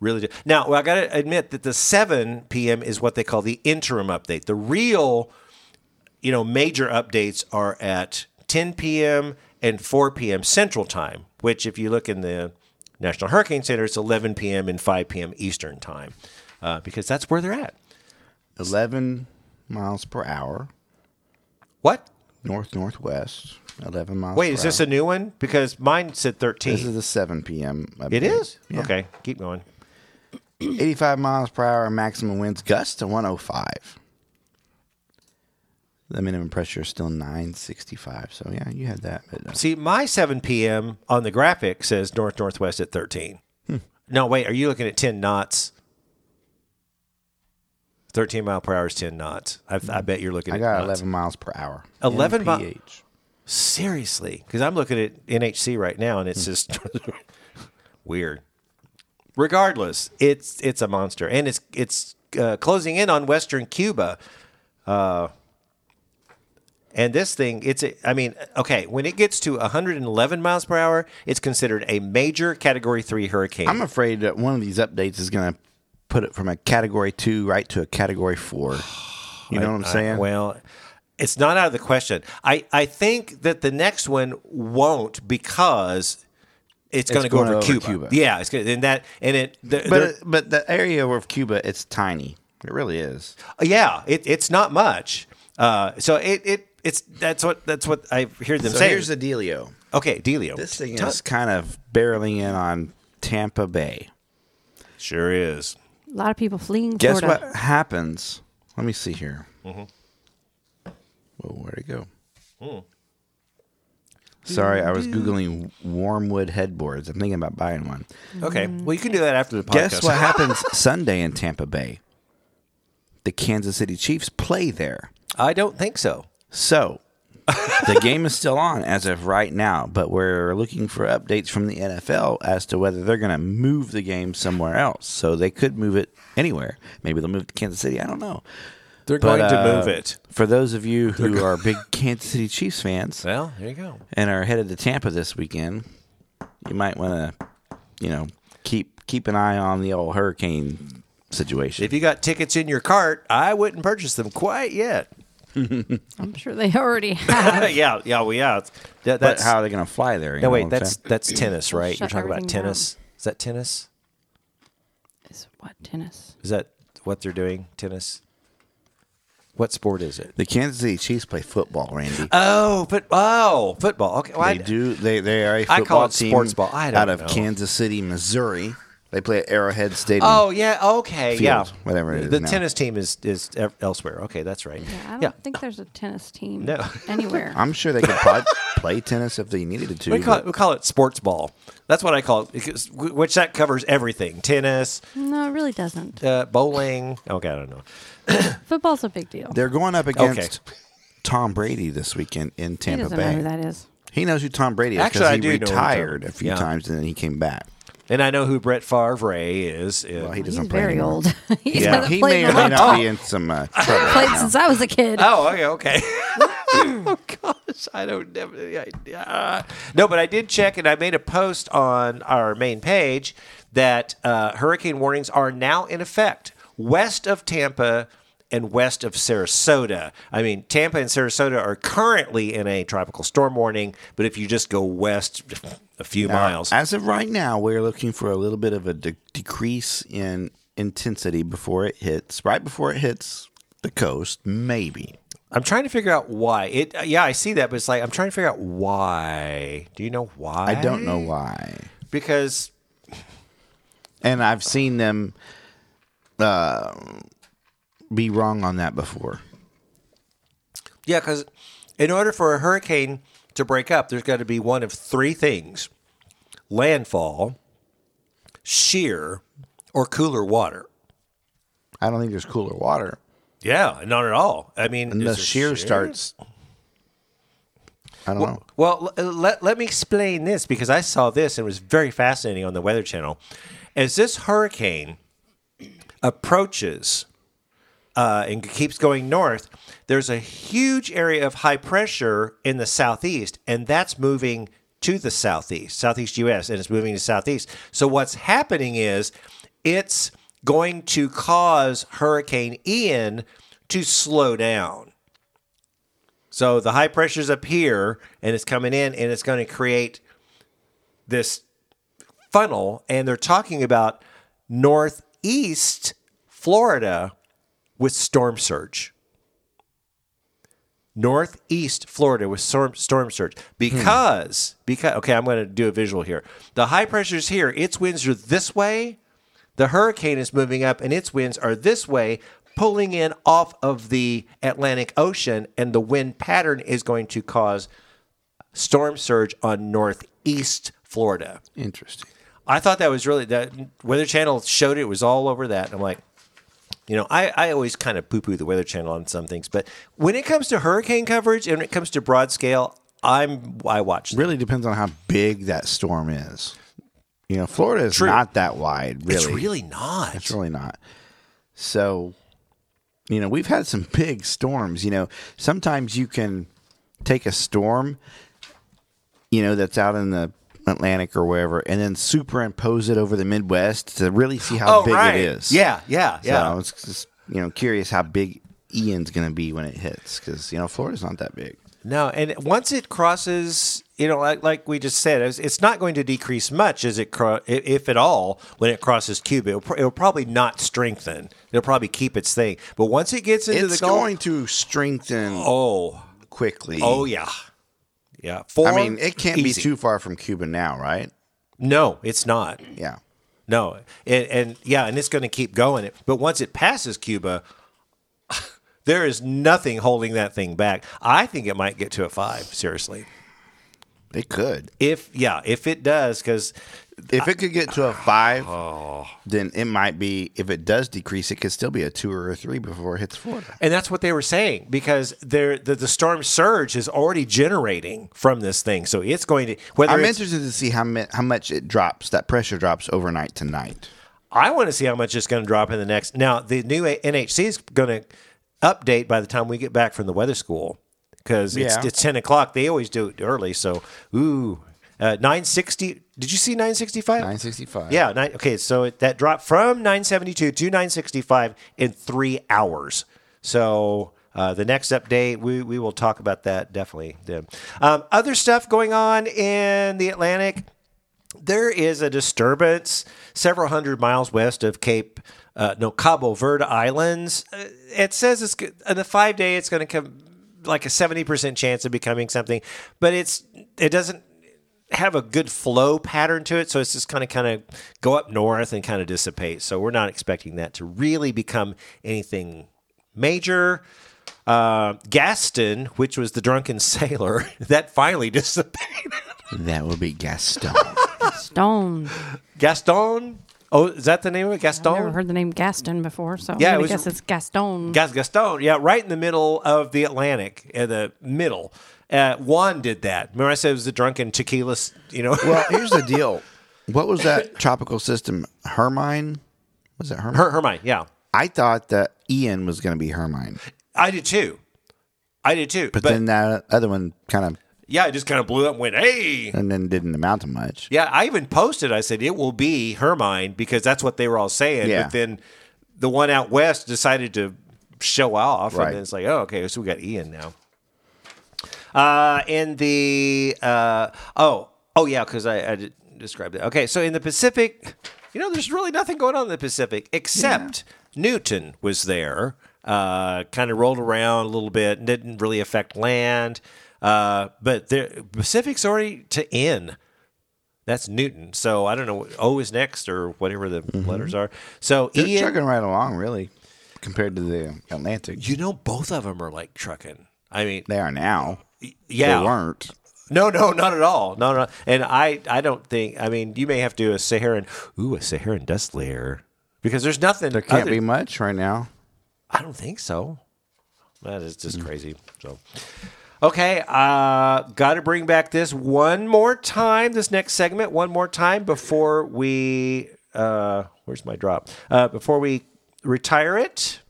A: Really, do. now well, I got to admit that the seven p.m. is what they call the interim update. The real, you know, major updates are at ten p.m. and four p.m. Central Time, which if you look in the National Hurricane Center, it's eleven p.m. and five p.m. Eastern Time, uh, because that's where they're at.
B: 11 miles per hour,
A: What?
B: north northwest. 11 miles
A: Wait,
B: per
A: is this
B: hour.
A: a new one? Because mine said thirteen.
B: This is the 7 p.m.
A: it
B: update.
A: is okay. Keep going.
B: 85 miles per hour maximum winds gust to 105 the minimum pressure is still 965 so yeah you had that but, uh,
A: See, my 7 p.m. on the graphic says north northwest at 13.
B: Hmm.
A: No, wait, are you looking at 10 knots? 13 mile per hour is 10 knots. I, I bet you're looking
B: Hmm. i
A: at
B: got
A: knots.
B: 11 miles per hour
A: 11 mi-
B: mph
A: Seriously, because I'm looking at NHC right now and it's just weird. Regardless, it's it's a monster and it's it's uh, closing in on western Cuba. Uh, and this thing, it's a, I mean, okay, when it gets to 111 miles per hour, it's considered a major Category Three hurricane.
B: i'm afraid that one of these updates is going to put it from a category 2 right to a category 4 you know what i'm
A: I-
B: saying
A: well, it's not out of the question. I, I think that the next one won't because it's going to go
B: going
A: over,
B: over
A: Cuba.
B: Cuba.
A: Yeah, it's gonna, and that and it. The,
B: but
A: there-
B: it- but the area of cuba it's tiny it really is
A: yeah, it, it's not much. Uh, so it, it it's that's what that's what I hear them
B: so
A: saying.
B: here's the dealio
A: okay, Delio.
B: this thing
A: Tell-
B: is kind of barreling in on tampa bay
A: sure is.
C: A lot of people fleeing
B: Guess
C: Florida.
B: what happens? Let me see here. Mm-hmm. Whoa, where'd it go? Hmm. Sorry, I was googling wormwood headboards. I'm thinking about buying one.
A: Okay, well you can do that after the podcast.
B: Guess what happens Sunday in Tampa Bay? The Kansas City Chiefs play there.
A: I don't think so.
B: So the game is still on as of right now, but we're looking for updates from the NFL as to whether they're going to move the game somewhere else. So they could move it anywhere. Maybe they'll move to Kansas City. I don't know.
E: They're
B: But,
E: going to
B: uh,
E: move it.
B: For those of you who are big Kansas City Chiefs fans
A: Well, here you go.
B: and are headed to Tampa this weekend, you might want to, you know, keep keep an eye on the old hurricane situation.
A: If you got tickets in your cart, I wouldn't purchase them quite yet.
C: I'm sure they already have.
A: yeah, yeah, well, yeah. it's- That,
B: but
A: that's
B: how are they going to fly there? You
A: no
B: know
A: wait.
B: what I'm
A: That's
B: saying?
A: that's tennis, right? You're
C: Shut
A: talking about
C: everything down.
A: tennis. Is that tennis?
C: Is what tennis?
A: Is that what they're doing? Tennis. What sport is it?
B: the Kansas City Chiefs play football, Randy.
A: Oh, foot. Oh, football. Okay. Well, I-
B: They do. They they are a
A: I
B: football
A: call it
B: team
A: sports ball. I don't
B: out of
A: know.
B: Kansas City, Missouri. They play at Arrowhead Stadium.
A: Oh yeah. Okay. yeah.
B: Field, whatever it is
A: the
B: now.
A: tennis team is is e- elsewhere. Okay, that's right.
C: I don't think there's a tennis team
A: No.
C: anywhere.
B: I'm sure they could probably play tennis if they needed to.
A: We call it,
B: but
A: we call it sports ball. That's what I call it, because, which that covers everything: tennis,
C: no, it really doesn't.
A: uh, bowling. Okay, I don't know.
C: Football's a big deal.
B: They're going up against Tom Brady this weekend in
C: He
B: Tampa
C: doesn't
B: Bay.
C: know who that is.
B: He knows who Tom Brady is
A: Actually,
B: because
A: I
B: he
A: do know who Tom-
B: retired a few
A: yeah.
B: times and then he came back.
A: And I know who Brett Favre is. uh, and-
B: Well, he doesn't
C: He's
B: play
C: very
B: anymore.
C: old. he
B: Yeah,
C: hasn't
B: he
C: played
B: may
C: in
B: or
C: a
B: may
C: long
B: not
C: time.
B: be in some uh, trouble.
C: Played since I was a kid.
A: Oh, okay, okay. oh gosh, I don't have any idea. Uh, No, but I did check, and I made a post on our main page that uh, hurricane warnings are now in effect west of Tampa and west of Sarasota. I mean, Tampa and Sarasota are currently in a tropical storm warning, but if you just go west a few miles,
B: As of right now, we're looking for a little bit of a de- decrease in intensity before it hits. Right before it hits the coast, maybe.
A: I'm trying to figure out why it. Yeah, I see that, but it's like I'm trying to figure out why. Do you know why?
B: I don't know why.
A: because
B: And I've seen them uh, be wrong on that before.
A: Yeah, because in order for a hurricane to break up, there's got to be one of three things landfall, shear, or cooler water.
B: I don't think there's cooler water
A: Yeah, not at all. I mean, is
B: unless
A: there
B: shear, starts. I don't know.
A: Well, l- let, let me explain this because I saw this and it was very fascinating on the Weather Channel. As this hurricane approaches uh, and keeps going north, there's a huge area of high pressure in the southeast, and that's moving to the southeast, southeast U.S., and it's moving to southeast. So what's happening is it's going to cause Hurricane Ian to slow down. So the high pressure's up here and it's coming in and it's going to create this funnel. And they're talking about northeast Florida with storm surge. Northeast Florida with storm, storm surge because because okay, I'm going to do a visual here. The high pressure's here; its winds are this way. The hurricane is moving up, and its winds are this way, pulling in off of the Atlantic Ocean, and the wind pattern is going to cause storm surge on northeast Florida.
B: Interesting.
A: I thought that was really that Weather Channel showed it, it was all over that. And I'm like, you know, I, I always kind of poo poo the Weather Channel on some things, but when it comes to hurricane coverage and when it comes to broad scale, I'm I watch. them.
B: Really depends on how big that storm is. You know, Florida is not that wide, really.
A: It's really not.
B: It's really not. So, you know, we've had some big storms. You know, sometimes you can take a storm, you know, that's out in the Atlantic or wherever, and then superimpose it over the Midwest to really see how big
A: Oh, right.
B: it is.
A: Yeah, yeah,
B: So
A: yeah.
B: I was just, you know, curious how big Ian's going to be when it hits because, you know, Florida's not that big.
A: No, and once it crosses, you know, like like we just said, it's, it's not going to decrease much as it cro- i- if at all when it crosses Cuba. It'll, pr- it'll probably not strengthen. It'll probably keep its thing. But once it gets into the
B: It's
A: Gulf,
B: going to strengthen
A: oh,
B: quickly.
A: oh yeah, yeah. Four,
B: I mean, it can't
A: easy.
B: be too far from Cuba now, right?
A: No, it's not.
B: Yeah.
A: No, and, and yeah, and it's going to keep going. But once it passes Cuba, there is nothing holding that thing back. I think it might get to a five. Seriously.
B: It could.
A: If yeah, if it does, because
B: If it could get to a five, then it might be. If it does decrease, it could still be a two or a three before it hits Florida.
A: And that's what they were saying because there the, the storm surge is already generating from this thing. So it's going to whether
B: I'm
A: it's-
B: interested to see how mi- how much it drops. That pressure drops overnight tonight.
A: I want to see how much it's going to drop in the next. Now the new A- NHC is going to update by the time we get back from the weather school because it's,
B: Yeah.
A: it's ten o'clock. They always do it early. So ooh, uh, nine sixty. Did you see nine sixty five?
B: Nine sixty five.
A: Yeah. Nine, okay. So it, that dropped from 972 to 965 in three hours. So uh, the next update, we, we will talk about that definitely. Then. Um, other stuff going on in the Atlantic. There is a disturbance several hundred miles west of Cape, uh, no, Cabo Verde Islands. Uh, It says it's go- in the five day, it's going to come like a 70% chance of becoming something, but it's, it doesn't, have a good flow pattern to it. So it's just kind of kind of go up north and kind of dissipate. So we're not expecting that to really become anything major. Uh, Gaston, which was the drunken sailor, that finally dissipated.
B: That would be Gaston.
C: Stone.
A: Gaston. Oh, is that the name of it?
C: Never
A: Gaston.
C: heard the name Gaston before, so
A: Yeah, it
C: I'm gonna
A: was-
C: guess it's Gaston.
A: Gas Gaston. Yeah, right in the middle of the Atlantic, in the middle. Uh, Juan did that. Remember, I said it was the drunken tequila. s- You know,
B: well, here's the deal. What was that tropical system? Hermine. Was it Hermine?
A: her, Hermine. Yeah,
B: I thought that Ian was going to be Hermine,
A: I did too. I did too.
B: but, then that other one kind of
A: yeah, it just kind of blew up and went, hey.
B: and then didn't amount to much.
A: Yeah, I even posted. I said it will be Hermine because that's what they were all saying.
B: Yeah.
A: But then the one out west decided to show off,
B: Right.
A: and then it's like, oh, okay, so we got Ian now. Uh, in the uh, oh oh yeah, because I, I did- described it. Okay, so in the Pacific, you know, there's really nothing going on in the Pacific except Newton was there. Uh, kind of rolled around a little bit, and didn't really affect land. Uh, but the Pacific's already to end. That's Newton. So I don't know. O is next or whatever the letters are. So
B: Mm-hmm. They're
A: Ian,
B: chugging right along, really, compared to the Atlantic.
A: you know, both of them are like trucking. I mean,
B: They are now.
A: yeah.
B: They weren't.
A: No, no, not at all. No, no. And I, I don't think. I mean, you may have to do a Saharan. Ooh, a Saharan dust layer because there's nothing.
B: There can't
A: other-
B: be much right now.
A: I don't think so. Mm-hmm. That is just crazy. So, okay, uh, got to bring back this one more time. This next segment, one more time before we. Uh, where's my drop? Uh, before we retire it.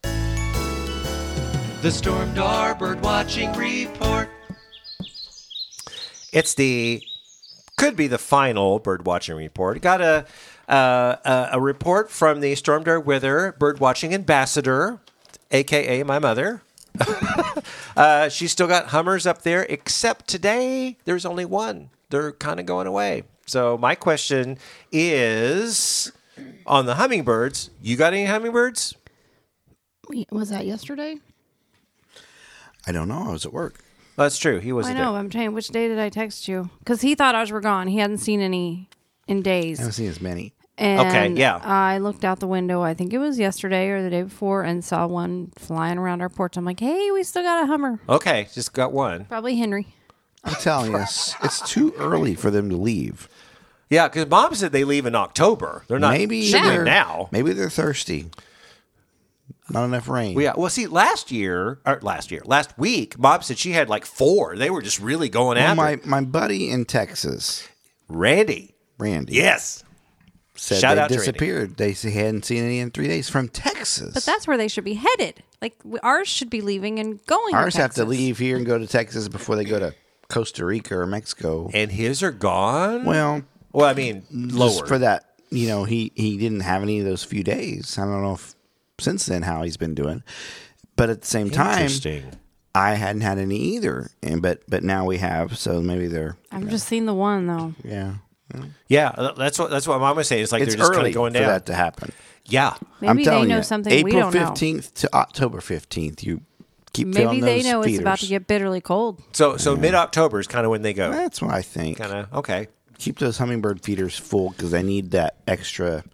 A: The Storm Dar Bird Watching Report. It's the could be the final bird watching report. Got a uh, a, a report from the Storm Door Wither bird watching ambassador, aka my mother. uh, she's still got hummers up there, except today there's only one. They're kind of going away. So my question is, on the hummingbirds, you got any hummingbirds?
C: Was that yesterday?
B: I don't know. I was at work.
A: Well, that's true. He
C: I
A: wasn't
C: know. I'm trying. Which day did I text you? Because he thought ours were gone. He hadn't seen any in days.
B: I haven't seen as many.
C: And
A: Okay, yeah.
C: I looked out the window, I think it was yesterday or the day before, and saw one flying around our porch. I'm like, hey, we still got a Hummer.
A: there. Okay, just got one.
C: Probably Henry.
B: I'm telling you, it's, it's too early for them to leave.
A: Yeah, because mom said they leave in October. They're not
B: maybe
A: shouldn't leave
B: they're-
A: now.
B: Maybe they're thirsty. Not enough rain.
A: Well, yeah. Well, see, last year, or last year, last week, Bob said she had like four. They were just really going
B: Well,
A: after
B: my
A: it.
B: my buddy in Texas,
A: Randy.
B: Randy,
A: Yes.
B: said
A: shout
B: they
A: out to Randy.
B: disappeared. They s- hadn't seen any in three days from Texas.
C: But that's where they should be headed. Like w- ours should be leaving and going. to
B: ours have to
C: Texas.
B: leave here and go to Texas before they go to Costa Rica or Mexico.
A: And his are gone.
B: Well,
A: Well, I mean, lower.
B: just for that, you know, he he didn't have any of those few days. I don't know if since then how he's been doing, but at the same time,
A: Interesting.
B: I hadn't had any either. And but but now we have, so maybe they're
C: I've just seen the one though.
B: yeah.
A: Yeah, th- that's what that's what mom was saying. It's like
B: It's
A: they're just kind
B: early
A: of going
B: for
A: down.
B: that to happen.
A: Yeah.
C: Maybe
B: I'm telling
C: they know
B: you,
C: something
B: April
C: we don't know.
B: 15th to October 15th. You keep
C: Maybe
B: filling
C: they
B: those
C: know it's about to
B: feeders.
C: get bitterly cold.
A: So so mid October is kind of when they go.
B: That's what I think.
A: Kind of okay.
B: Keep those hummingbird feeders full because I need that extra,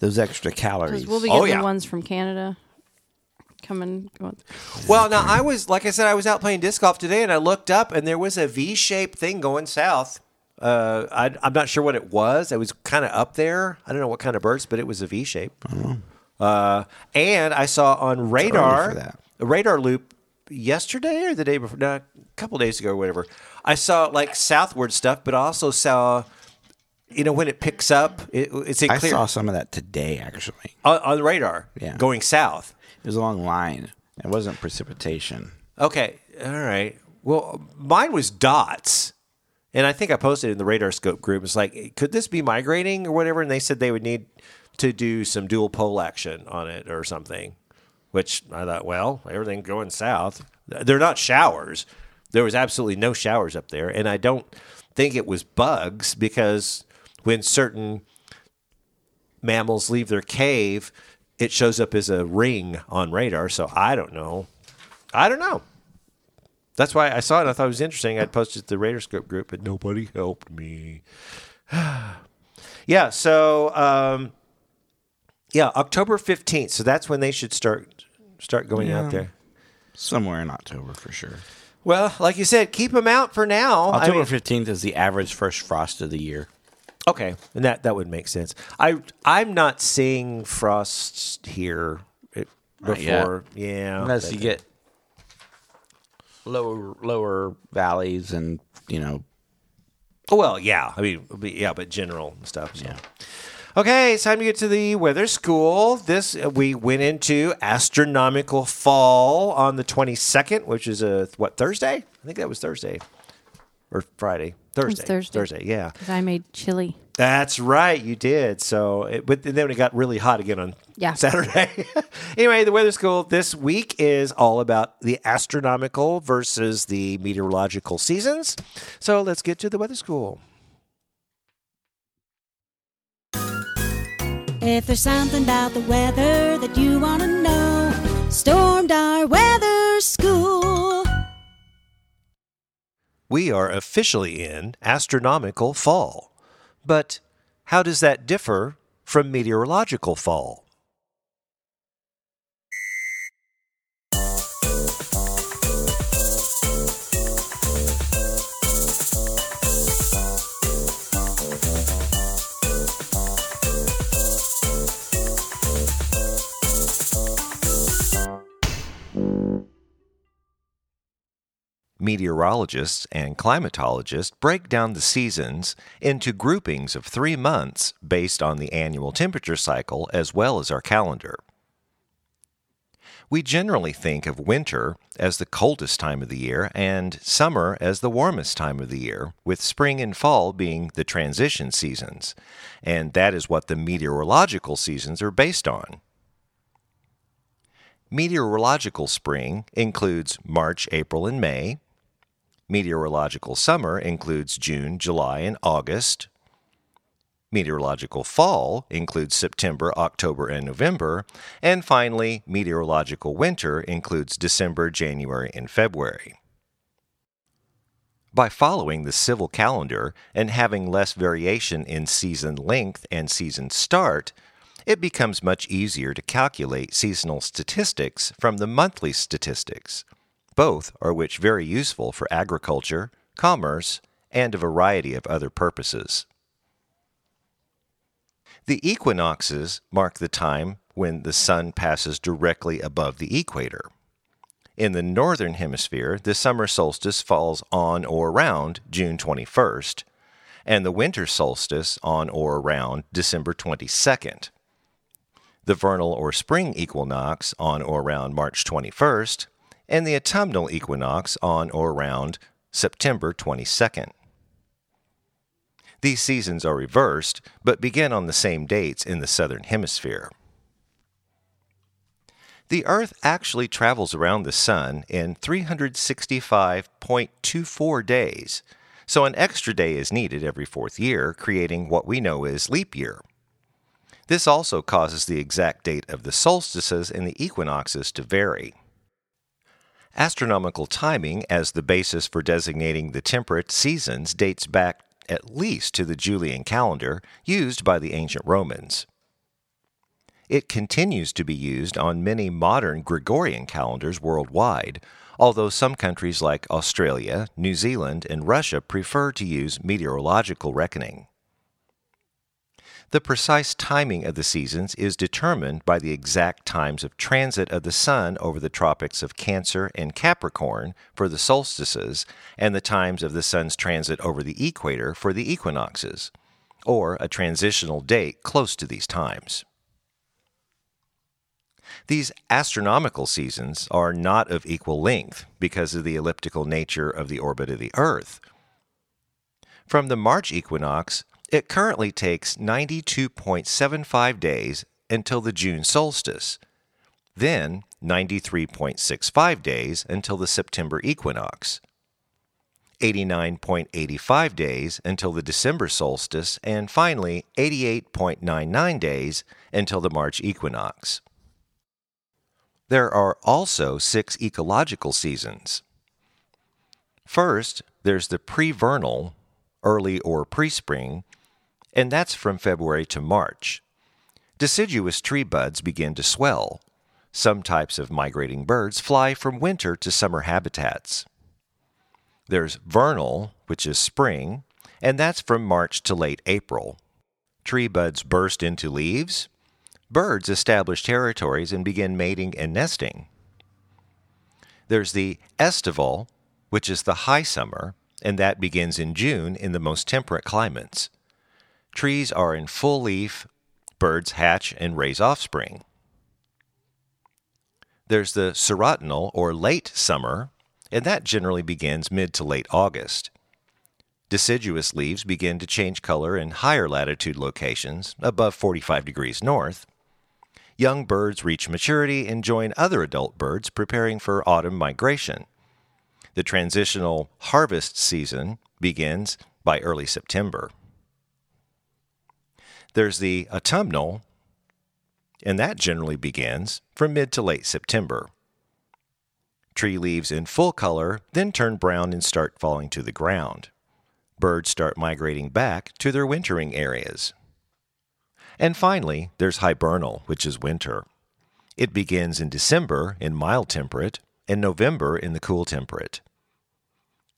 B: those extra calories.
C: Because we'll be
A: Oh,
C: getting
A: yeah.
C: the ones from Canada coming. going-
A: Well, now I was like I said, I was out playing disc golf today, and I looked up, and there was a V shaped thing going south.
E: Uh, I, I'm not sure what it was. It was kind of up there. I don't know what kind of birds, but it was a V shape. Uh, and I saw on radar
B: for that.
E: a radar loop yesterday or the day before, no, a couple days ago or whatever. I saw like southward stuff, but I also saw, you know, when it picks up, it, it's in
B: I
E: clear
B: saw some of that today, actually.
E: on, on the radar
B: Yeah.
E: going south.
B: It was a long line. It wasn't precipitation.
E: Okay. All right. Well, mine was dots. And I think I posted in the radar scope group. It's like, could this be migrating or whatever? And they said they would need to do some dual pole action on it or something, which I thought, well, everything going south. They're not showers. There was absolutely no showers up there. And I don't think it was bugs because when certain mammals leave their cave, it shows up as a ring on radar. So I don't know. I don't know. That's why I saw it. and I thought it was interesting. I posted it to the Raider Scope group, but nobody helped me. yeah. So, um, yeah, October fifteenth. So that's when they should start start going out there.
B: Somewhere in October for sure.
E: Well, like you said, keep them out for now. I
B: October
E: mean-
B: 15th is the average first frost of the year.
E: Okay, and that that would make sense. I I'm not seeing frosts here it-
B: yet.
E: before. Yeah,
B: Unless
E: but-
B: you get lower lower valleys and, you know,
E: Oh, Well, yeah. I mean, but- yeah, but general stuff. So. Okay, it's time to get to the weather school. This uh, we went into astronomical fall on the 22nd, which is a what Thursday? I think that was Thursday or Friday. Thursday.
C: Thursday.
E: Thursday. Yeah.
C: I made chili.
E: That's right, you did. So, it, but then it got really hot again on
C: Yeah.
E: Saturday. anyway, the weather school this week is all about the astronomical versus the meteorological seasons. So let's get to the weather school.
F: If there's something about the weather that you want to know, stormed our weather school.
E: We are officially in astronomical fall. But how does that differ from meteorological fall?
A: Meteorologists and climatologists break down the seasons into groupings of three months based on the annual temperature cycle as well as our calendar. We generally think of winter as the coldest time of the year and summer as the warmest time of the year, with spring and fall being the transition seasons. And that is what the meteorological seasons are based on. Meteorological spring includes March, April, and May. Meteorological summer includes June, July, and August. Meteorological fall includes September, October, and November. And finally, meteorological winter includes December, January, and February. By following the civil calendar and having less variation in season length and season start, it becomes much easier to calculate seasonal statistics from the monthly statistics, both are which very useful for agriculture, commerce, and a variety of other purposes. The equinoxes mark the time when the sun passes directly above the equator. In the northern hemisphere, the summer solstice falls on or around June 21st, and the winter solstice on or around December 22nd. The vernal or spring equinox on or around March 21st, and the autumnal equinox on or around September 22nd. These seasons are reversed, but begin on the same dates in the southern hemisphere. The Earth actually travels around the Sun in 365.24 days, so an extra day is needed every fourth year, creating what we know as leap year. This also causes the exact date of the solstices and the equinoxes to vary. Astronomical timing as the basis for designating the temperate seasons dates back at least to the Julian calendar used by the ancient Romans. It continues to be used on many modern Gregorian calendars worldwide, although some countries like Australia, New Zealand, and Russia prefer to use meteorological reckoning. The precise timing of the seasons is determined by the exact times of transit of the Sun over the tropics of Cancer and Capricorn for the solstices, and the times of the Sun's transit over the equator for the equinoxes, or a transitional date close to these times. These astronomical seasons are not of equal length because of the elliptical nature of the orbit of the Earth. From the March equinox, it currently takes 92.75 days until the June solstice, then 93.65 days until the September equinox, 89.85 days until the December solstice, and finally 88.99 days until the March equinox. There are also six ecological seasons. First, there's the prevernal, early or pre spring, and that's from February to March. Deciduous tree buds begin to swell. Some types of migrating birds fly from winter to summer habitats. There's vernal, which is spring, and that's from March to late April. Tree buds burst into leaves. Birds establish territories and begin mating and nesting. There's the estival, which is the high summer, and that begins in June in the most temperate climates. Trees are in full leaf, birds hatch and raise offspring. There's the serotinal or late summer, and that generally begins mid to late August. Deciduous leaves begin to change color in higher latitude locations, above 45 degrees north. Young birds reach maturity and join other adult birds preparing for autumn migration. The transitional harvest season begins by early September. There's the autumnal, and that generally begins from mid to late September. Tree leaves in full color then turn brown and start falling to the ground. Birds start migrating back to their wintering areas. And finally, there's hibernal, which is winter. It begins in December in mild temperate and November in the cool temperate.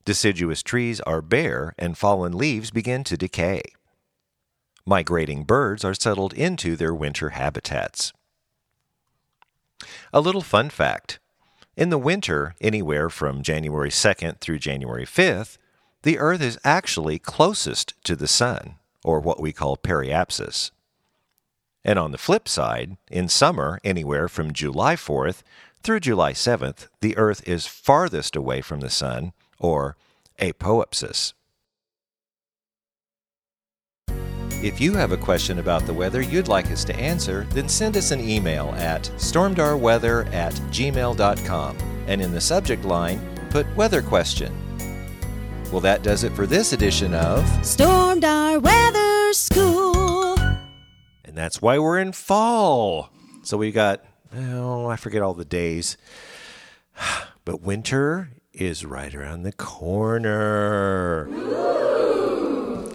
A: Deciduous trees are bare and fallen leaves begin to decay. Migrating birds are settled into their winter habitats. A little fun fact in the winter, anywhere from January 2nd through January 5th, the Earth is actually closest to the Sun, or what we call periapsis. And on the flip side, in summer, anywhere from July 4th through July 7th, the Earth is farthest away from the Sun, or apoapsis. If you have a question about the weather you'd like us to answer, then send us an email at stormdarweather at gmail.com and in the subject line, put weather question. Well, that does it for this edition of.
F: Stormed our weather school.
E: And that's why we're in fall. So we got, oh, I forget all the days. But winter is right around the corner.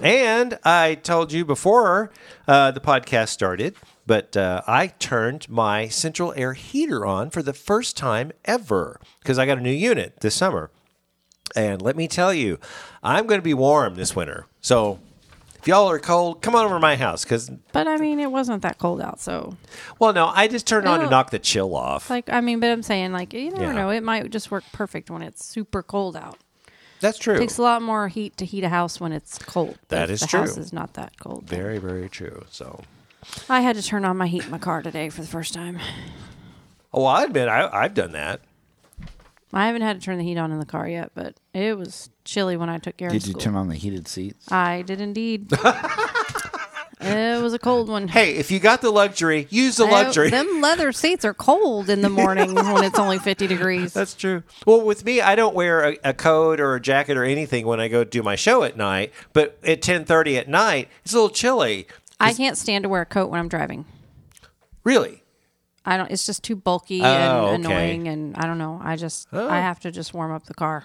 E: And I told you before uh, the podcast started, but uh, I turned my central air heater on for the first time ever because I got a new unit this summer. And let me tell you, I'm going to be warm this winter. So if y'all are cold, come on over to my house because
C: But I mean, it wasn't that cold out, so
E: Well, no, I just turned on to
C: No.
E: knock the chill off.
C: like I mean, but I'm saying like you never
E: Yeah.
C: know. It might just work perfect when it's super cold out.
E: That's true.
C: takes a lot more heat to heat a house when it's cold. but
E: That
C: if
E: is
C: the
E: true.
C: house is not that cold. then-
E: Very, very true. So,
C: I had to turn on my heat in my car today for the first time.
E: oh, I admit I, I've done that.
C: I haven't had to turn the heat on in the car yet, but it was chilly when I took care of
B: Did you
C: school.
B: turn on the heated seats?
C: I did indeed. it was a cold one.
E: Hey, if you got the luxury, use the
C: I-
E: luxury.
C: them leather seats are cold in the morning when it's only 50 degrees.
E: That's true. Well, with me, I don't wear a, a coat or a jacket or anything when I go do my show at night. But at ten thirty at night, it's a little chilly.
C: I can't stand to wear a coat when I'm driving.
E: Really?
C: I don't. It's just too bulky
E: Oh, okay.
C: and annoying, and I don't know. I just I have to just warm up the car.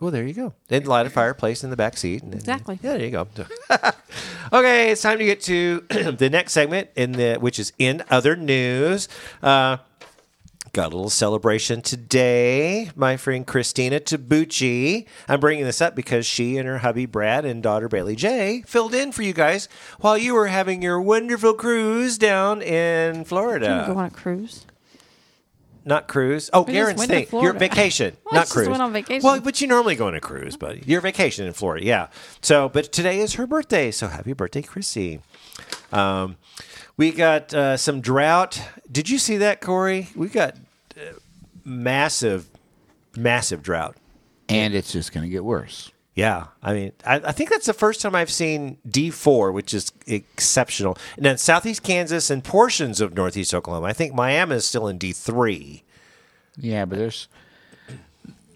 E: Well, there you go. And light a fireplace in the back seat. and-
C: Exactly.
E: Yeah, there you go.
A: Okay, it's time to get to the next segment in the which is in other news. Uh, Got a little celebration today. My friend Christina Tabucci. I'm bringing this up because she and her hubby Brad and daughter Bailey J filled in for you guys while you were having your wonderful cruise down in Florida.
C: go on a cruise.
A: Not cruise. Oh,
C: just
A: Garen's
C: went to
A: thing. Your
C: Florida.
A: vacation,
C: Well, I
A: not
C: just
A: cruise.
C: went on vacation.
A: Well, but you normally go on a cruise, buddy. Your vacation in Florida, yeah. So, but today is her birthday, so happy birthday, Chrissy. Um, we got uh, some drought. Did you see that, Corey? We got uh, massive, massive drought.
E: And it's just going to get worse.
A: Yeah, I mean, I, I think that's the first time I've seen D4, which is exceptional. And then Southeast Kansas and portions of Northeast Oklahoma. I think Miami is still in D3.
B: Yeah, but there's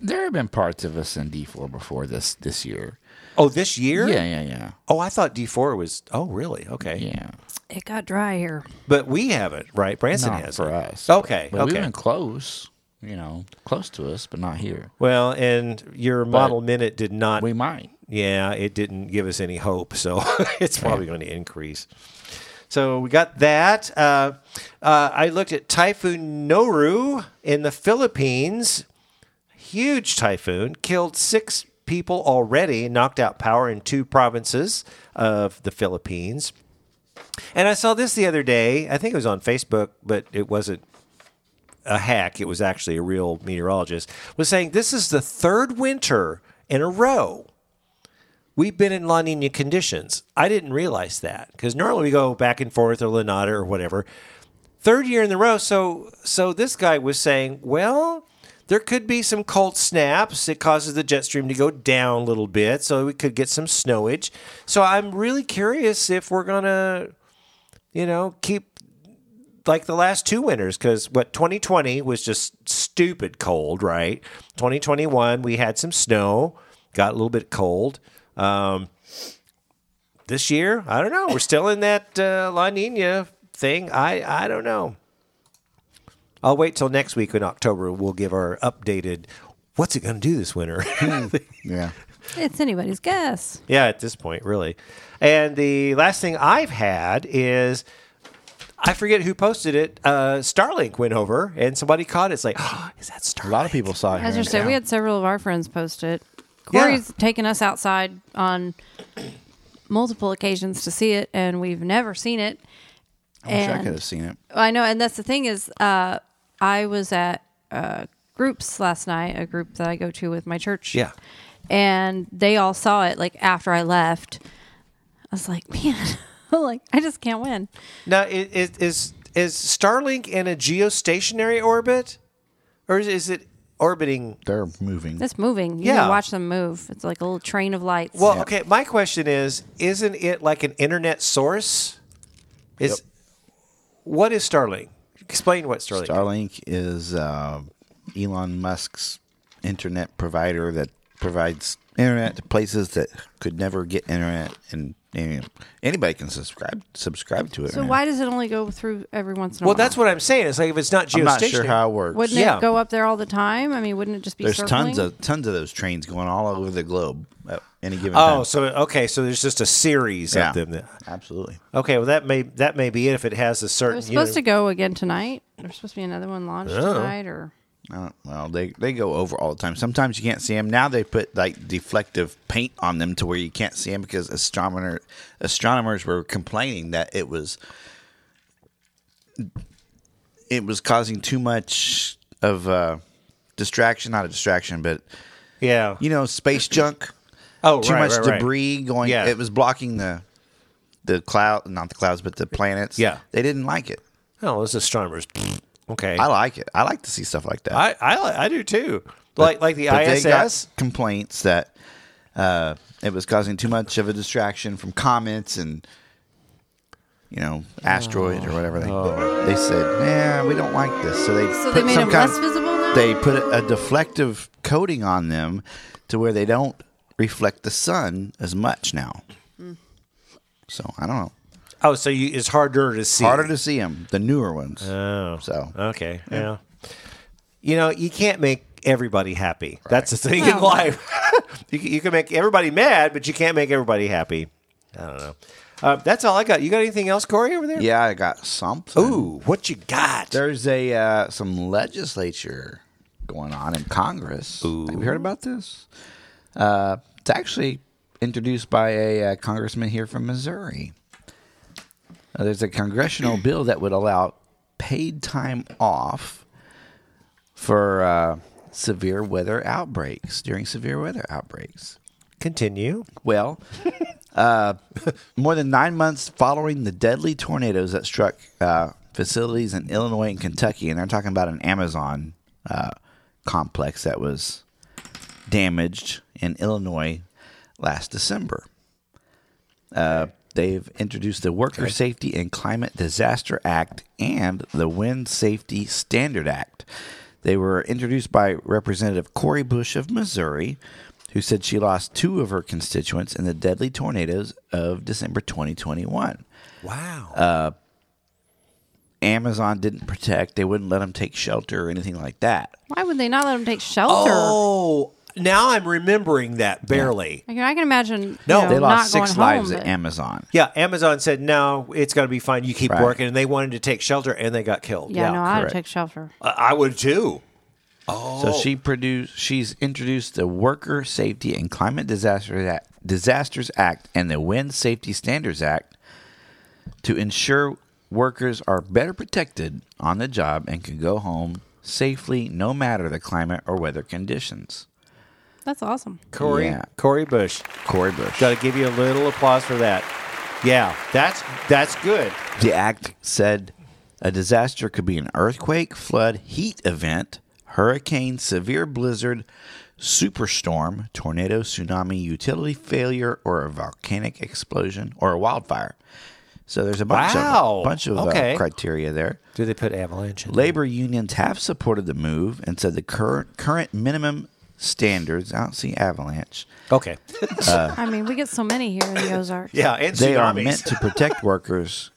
B: there have been parts of us in D four before this this year.
A: Oh, this year?
B: Yeah, yeah, yeah,
A: Oh, I thought D four was. Oh, really? Okay,
B: yeah.
C: It got dry here.
A: but we haven't, right? Branson
B: Not
A: has
B: for
A: it.
B: us.
A: Okay,
B: but
A: okay.
B: We've been close, you know, close to us, but not here.
A: well, and your model minute did not.
B: We might.
A: yeah, it didn't give us any hope, so it's probably going to increase. So we got that. Uh, uh, I looked at Typhoon Noru in the Philippines. Huge typhoon killed six people already, knocked out power in two provinces of the Philippines. And I saw this the other day. I think it was on Facebook, but it wasn't a hack. It was actually a real meteorologist. Was saying this is the third winter in a row we've been in La Nina conditions. I didn't realize that because normally we go back and forth or La Nada or whatever. Third year in the row. So so this guy was saying, well, there could be some cold snaps. It causes the jet stream to go down a little bit, so we could get some snowage. So I'm really curious if we're gonna, you know, keep like the last two winters because what 2020 was just stupid cold, right? 2021 we had some snow, got a little bit cold. Um, this year, I don't know. We're still in that uh, La Nina thing. I I don't know. I'll wait till next week in October. We'll give our updated. What's it going to do this winter?
B: Yeah.
C: It's anybody's guess.
A: Yeah, at this point, really. And the last thing I've had is I forget who posted it. Uh, Starlink went over and somebody caught it. It's like, oh, is that Starlink?
B: A lot of people saw it. here
C: As you
B: in
C: said, we
B: town.
C: had several of our friends post it.
A: Yeah.
C: Corey's taken us outside on multiple occasions to see it, and we've never seen it.
B: I wish I
C: and-
B: could have seen it.
C: I know, and that's the thing is, uh, I was at uh, groups last night, a group that I go to with my church.
A: Yeah.
C: and they all saw it like after I left. I was like, man, I'm like I just can't win.
A: Now, i- is, is, is Starlink in a geostationary orbit? Or is, is it orbiting?
B: They're moving.
C: It's moving. You
A: Yeah.
C: can watch them move. It's like a little train of lights.
A: Well, okay, my question is isn't it like an internet source? Is What is Starlink? Explain what Starlink
E: Starlink is uh, Elon Musk's internet provider that provides internet to places that could never get internet, and, and anybody can subscribe subscribe to it.
C: so
E: man.
C: why does it only go through every once in a
A: Well,
C: while?
A: that's what I'm saying. It's like if it's not geostationary.
E: I'm not sure how it works.
C: Wouldn't
A: Yeah.
C: it go up there all the time? I mean, wouldn't it just be
E: There's
C: circling?
E: tons of tons of those trains going all over the globe at any given time.
A: Oh, so okay, so there's just a series
E: yeah,
A: of them. That,
E: absolutely.
A: okay, well that may that may be it if it has a
C: They're
A: certain.
C: supposed to
A: uni-
C: go again tonight. There's supposed to be another one launched
E: Oh.
C: tonight, or
E: Uh, well, they they go over all the time. Sometimes you can't see them. Now they put like deflective paint on them to where you can't see them because astronomer astronomers were complaining that it was it was causing too much of uh, distraction, not a distraction, but
A: yeah.
E: you know, space junk.
A: Oh,
E: too
A: right,
E: much
A: right, right.
E: debris going.
A: Yeah.
E: It was blocking the the cloud, not the clouds, but the planets.
A: Yeah.
E: they didn't like it.
A: oh, it's astronomers. okay,
E: I
A: I,
E: like it. I like to see stuff like that.
A: I I, do too. Like like the
E: But They
A: ISS.
E: got complaints that uh, it was causing too much of a distraction from comets and you know asteroid or whatever they they said. Yeah, we don't like this. So they
C: So
E: put
C: they made
E: some
C: them
E: kind-
C: less visible now?
E: They put a, a deflective coating on them to where they don't reflect the sun as much now.
C: Hmm.
E: So I don't know.
A: Oh, so you, it's harder to see.
E: Harder to see them, the newer ones. Oh, so
A: Okay. Yeah. You know, you can't make everybody happy. That's the thing in
C: Well.
A: life. you, can- you can make everybody mad, but you can't make everybody happy. I don't know. Uh, that's all I got. You got anything else, Corey, over there?
E: Yeah, I got something.
A: Ooh, what you got?
E: There's a uh, some legislature going on in Congress. Have you heard about this? Uh, it's actually introduced by a uh, congressman here from Missouri. Uh, there's a congressional bill that would allow paid time off for uh, severe weather outbreaks during severe weather outbreaks.
A: Continue.
E: Well, uh, more than nine months following the deadly tornadoes that struck uh, facilities in Illinois and Kentucky, and they're talking about an Amazon uh, complex that was damaged in Illinois last December. Uh, they've introduced the Worker Safety and Climate Disaster Act and the Wind Safety Standard Act. They were introduced by Representative Cory Bush of Missouri, who said she lost two of her constituents in the deadly tornadoes of December 2021.
A: Wow.
E: Amazon didn't protect, they wouldn't let them take shelter or anything like that.
C: Why would they not let them take shelter?
A: oh, now I'm remembering that barely.
C: I can, I can imagine.
A: No,
C: you know,
E: They lost
C: not
E: six
C: going home,
E: lives at
C: but-
E: Amazon.
A: Yeah. Amazon said, no, it's going to be fine. You keep
E: Right.
A: working. And they wanted to take shelter and they got killed.
C: Yeah, no, I'd
E: correct.
C: take shelter.
A: I, I would too.
E: So she produced. She's introduced the Worker Safety and Climate Disaster Act, Disasters Act and the Wind Safety Standards Act to ensure workers are better protected on the job and can go home safely, no matter the climate or weather conditions.
C: That's awesome.
A: Corey,
E: Yeah.
A: Corey Bush.
E: Corey Bush.
A: Got to give you a little applause for that. Yeah, that's that's good.
E: The act said a disaster could be an earthquake, flood, heat event, hurricane, severe blizzard, superstorm, tornado, tsunami, utility failure, or a volcanic explosion or a wildfire. So there's a bunch
A: Wow.
E: of bunch of uh,
A: Okay.
E: criteria there.
A: Do they put avalanche? In?
E: Labor unions have supported the move and said the current current minimum standards. I don't see avalanche.
A: Okay.
C: I mean, we get so many here in the Ozarks.
A: yeah, and
E: they are
A: tsunamis.
E: meant to protect workers.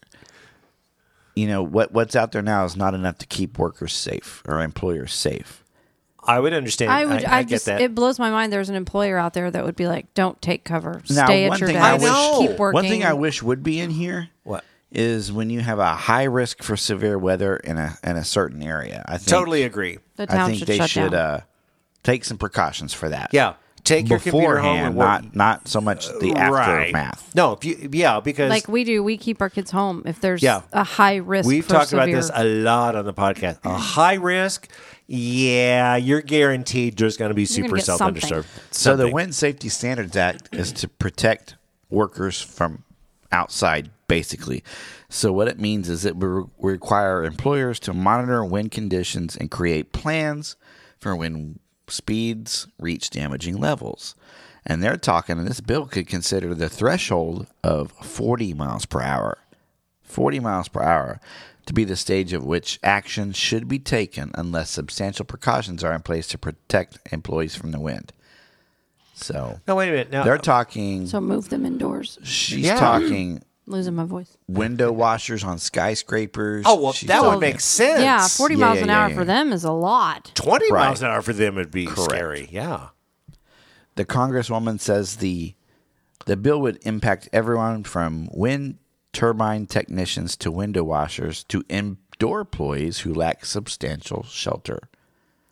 E: You know what what's out there now is not enough to keep workers safe or employers safe.
A: I would understand.
C: I would. I,
A: get
C: just.
A: that.
C: It blows my mind. There's an employer out there that would be like, "Don't take cover.
E: Now,
C: Stay
E: one
C: at your
E: thing I
C: desk.
A: wish-
C: Keep working."
E: One thing I wish would be in here
A: What?
E: is when you have a high risk for severe weather in a in a certain area. I think,
A: totally agree.
C: the town
E: I think
C: should
E: they
C: shut
E: should
C: down.
E: uh, take some precautions for that.
A: Yeah, take your computer home
E: beforehand,
A: and work.
E: not not so much the
A: Right.
E: aftermath.
A: No, if you yeah,
E: uh,
A: because
C: like we do, we keep our kids home if there's
A: Yeah.
C: a high risk.
A: We've
C: for
A: talked about
C: severe.
A: this a lot on the podcast. A high risk, yeah, you're guaranteed there's going to be
C: You're
A: super
C: gonna get
A: self
C: something.
A: underserved.
E: So the Wind Safety Standards Act is to protect workers from outside, basically. So what it means is it will re- require employers to monitor wind conditions and create plans for when speeds reach damaging levels. And they're talking, and this bill could consider the threshold of 40 miles per hour. 40 miles per hour to be the stage at which action should be taken unless substantial precautions are in place to protect employees from the wind. So
A: No, wait a minute. Now,
E: they're talking,
C: So move them indoors.
E: she's
A: Yeah.
E: talking
C: Losing my voice.
E: window washers on skyscrapers.
A: oh well,
E: She's
A: that
E: talking-
A: would make sense.
C: Yeah, forty
E: Yeah,
C: miles
E: yeah,
C: an
E: yeah,
C: hour
E: yeah.
C: for them is a lot.
A: twenty
E: Right.
A: miles an hour for them would be scary. Yeah.
E: The congresswoman says the the bill would impact everyone from wind turbine technicians to window washers to indoor employees who lack substantial shelter.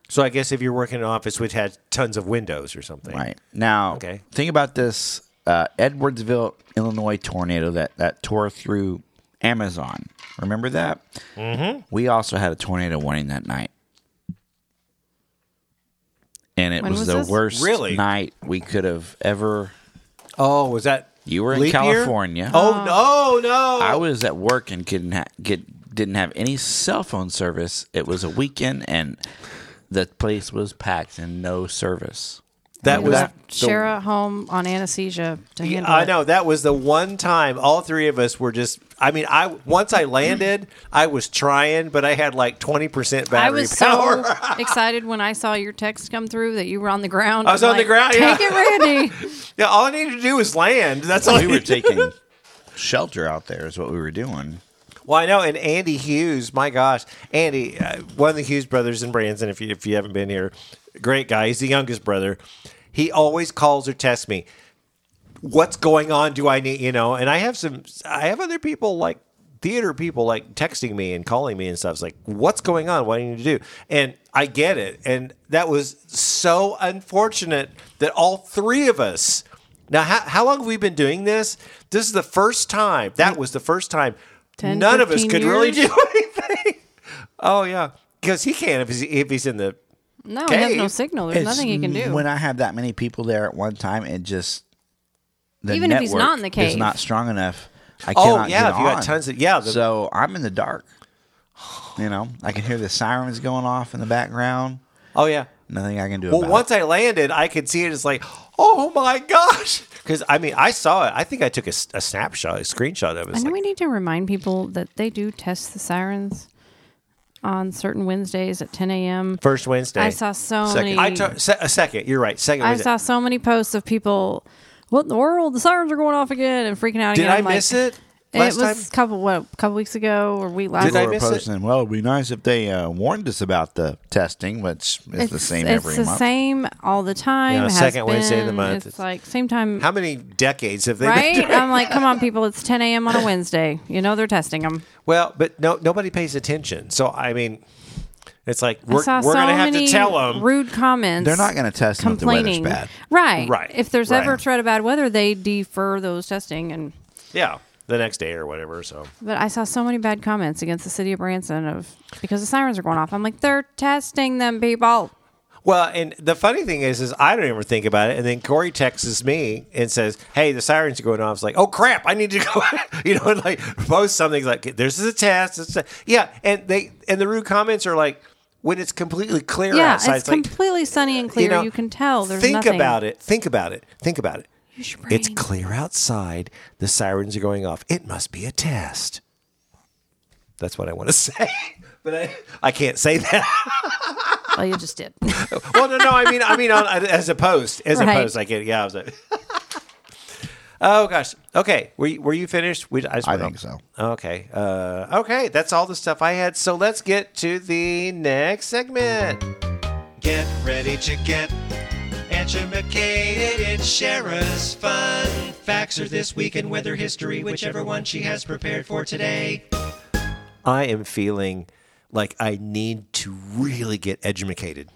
A: So I guess if you're working in an office which had tons of windows or something,
E: Right now,
A: Okay.
E: think about this uh, Edwardsville, Illinois tornado that that tore through Amazon. Remember that? Mm-hmm. We also had a tornado warning that night, and it
C: When
E: was,
C: was
E: the
C: this?
E: worst
A: Really?
E: night we could have ever.
A: Oh, was that
E: You were in
A: leap year?
E: California.
A: Oh no, no.
E: I was at work and couldn't ha- get didn't have any cell phone service. It was a weekend, and the place was packed and no service.
A: that was.
E: that-
C: Shara home on anesthesia to handle.
A: I
C: it.
A: know that was the one time all three of us were just. I mean, I once I landed, I was trying, but I had like twenty percent
C: I
A: battery
C: was
A: power.
C: so excited when I saw your text come through that you were on the ground.
A: I was
C: I'm
A: on the
C: like,
A: ground, yeah.
C: Take it, Randy.
A: yeah, all I needed to do was land. That's all.
E: we
A: I
E: were
A: needed.
E: taking shelter out there is what we were doing
A: Well, I know, and Andy Hughes, my gosh, Andy, uh, one of the Hughes brothers in Branson. If you if you haven't been here, great guy. He's the youngest brother. He always calls or texts me. what's going on? Do I need you know? And I have some. I have other people like theater people like texting me and calling me and stuff. It's like, what's going on? What do you need to do? And I get it. And that was so unfortunate that all three of us. Now, how, how long have we been doing this? This is the first time. That was the first time.
C: 10,
A: None of us
C: 15
A: could really
C: years?
A: do anything. Oh yeah, because he can't if he's, if he's in the
C: No, he has no
A: Cave.
C: signal. There's
E: It's
C: nothing he can do.
E: When I have that many people there at one time, it just the
C: Even if he's
E: network
C: not in the
E: is
C: cave.
E: not strong enough. I
A: Oh,
E: cannot
A: yeah,
E: get
A: if you got
E: on.
A: tons of- yeah, the-
E: so I'm in the dark. You know, I can hear the sirens going off in the background.
A: oh yeah.
E: Nothing I can do.
A: Well,
E: about
A: once
E: it.
A: I landed, I could see it. It's like, oh my gosh, because I mean, I saw it. I think I took a, s- a snapshot, a screenshot of it.
C: I
A: It's
C: know
A: like,
C: we need to remind people that they do test the sirens on certain Wednesdays at 10 a.m.
A: first Wednesday.
C: I saw so
E: Second.
C: many.
A: I took se- a second. You're right. Second.
C: I
A: Wednesday.
C: saw so many posts of people. What in the world? The sirens are going off again and freaking out
A: Did
C: again.
A: I
C: I'm like,
A: miss it?
C: It
A: Last
C: was a
A: time?
C: couple what, a couple weeks ago or week last.
A: Did I
E: People were
A: miss it?
E: posting, Well, it'd be nice if they uh, warned us about the testing, which is the same
C: it's
E: every
C: the
E: month.
C: same all the time.
A: Yeah,
C: has
A: second Wednesday of the
C: been.
A: month.
C: It's like same time,
A: How many decades have they? Been
C: right?
A: doing?
C: I'm like, come on, people! It's 10 a.m. on a Wednesday. You know they're testing them.
A: Well, but no, nobody pays attention. So I mean, it's like
C: I
A: we're,
C: saw
A: we're
C: so
A: gonna have
C: many
A: to tell them.
C: rude comments.
E: They're not going to test them if the weather's
C: complaining.
E: bad.
C: Right.
A: Right.
C: If there's ever
A: Right.
C: threat of bad weather, they defer those testing. And
A: yeah, the next day or whatever. So
C: but I saw so many bad comments against the city of Branson of because the sirens are going off. I'm like, they're testing them, people.
A: Well, and the funny thing is, is I don't ever think about it. And then Corey texts me and says, "Hey, the sirens are going off." It's like, "Oh crap, I need to go," you know, and like post something like, "This is a test." It's a, yeah, and they and the rude comments are like when it's completely clear
C: yeah,
A: outside.
C: it's completely sunny and
A: like,
C: clear. You, can tell. There's
A: think
C: nothing.
A: about it. Think about it. Think about it.
C: Use your
A: It's
C: brain.
A: clear outside. The sirens are going off. It must be a test. That's what I want to say, but I, I can't say that.
C: Well, you just did.
A: well, no, no. I mean, I mean, on, as a post, as
C: Right.
A: a post, I get. Yeah, I was like, oh gosh. Okay, were you, were you finished? We, I, just
E: I
A: wanna-
E: think so.
A: Okay. Uh, okay, that's all the stuff I had. So let's get to the next segment. Get ready to get educated in Shara's fun facts or this week in weather history, whichever one she has prepared for today. I am feeling like I need to really get educated.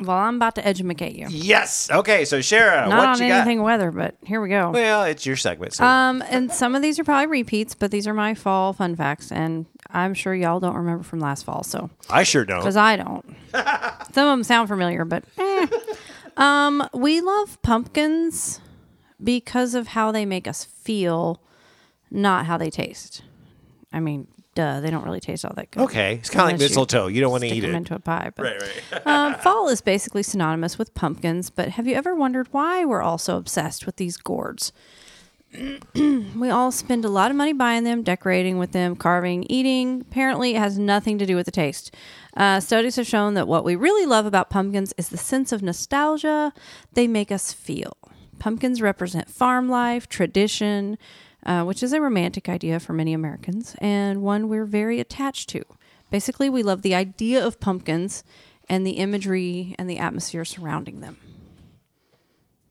C: well, I'm about to edumacate you.
A: Yes. Okay. So Shara,
C: Not
A: what
C: on
A: you
C: anything
A: got?
C: weather, but here we go.
A: Well, it's your segment. So.
C: Um, and some of these are probably repeats, but these are my fall fun facts, and I'm sure y'all don't remember from last fall. So
A: I sure don't.
C: because I don't. Some of them sound familiar, but eh. um, we love pumpkins because of how they make us feel, not how they taste. I mean, duh, they don't really taste all that good.
A: okay. It's kind of like
C: Unless you
A: mistletoe. You don't want to
C: stick
A: eat
C: them
A: it.
C: into a pie. But,
A: Right, right.
C: um, fall is basically synonymous with pumpkins, but have you ever wondered why we're all so obsessed with these gourds? we all spend a lot of money buying them, decorating with them, carving, eating. Apparently, it has nothing to do with the taste. Uh, studies have shown that what we really love about pumpkins is the sense of nostalgia they make us feel. Pumpkins represent farm life, tradition, uh, which is a romantic idea for many Americans and one we're very attached to. Basically, we love the idea of pumpkins and the imagery and the atmosphere surrounding them.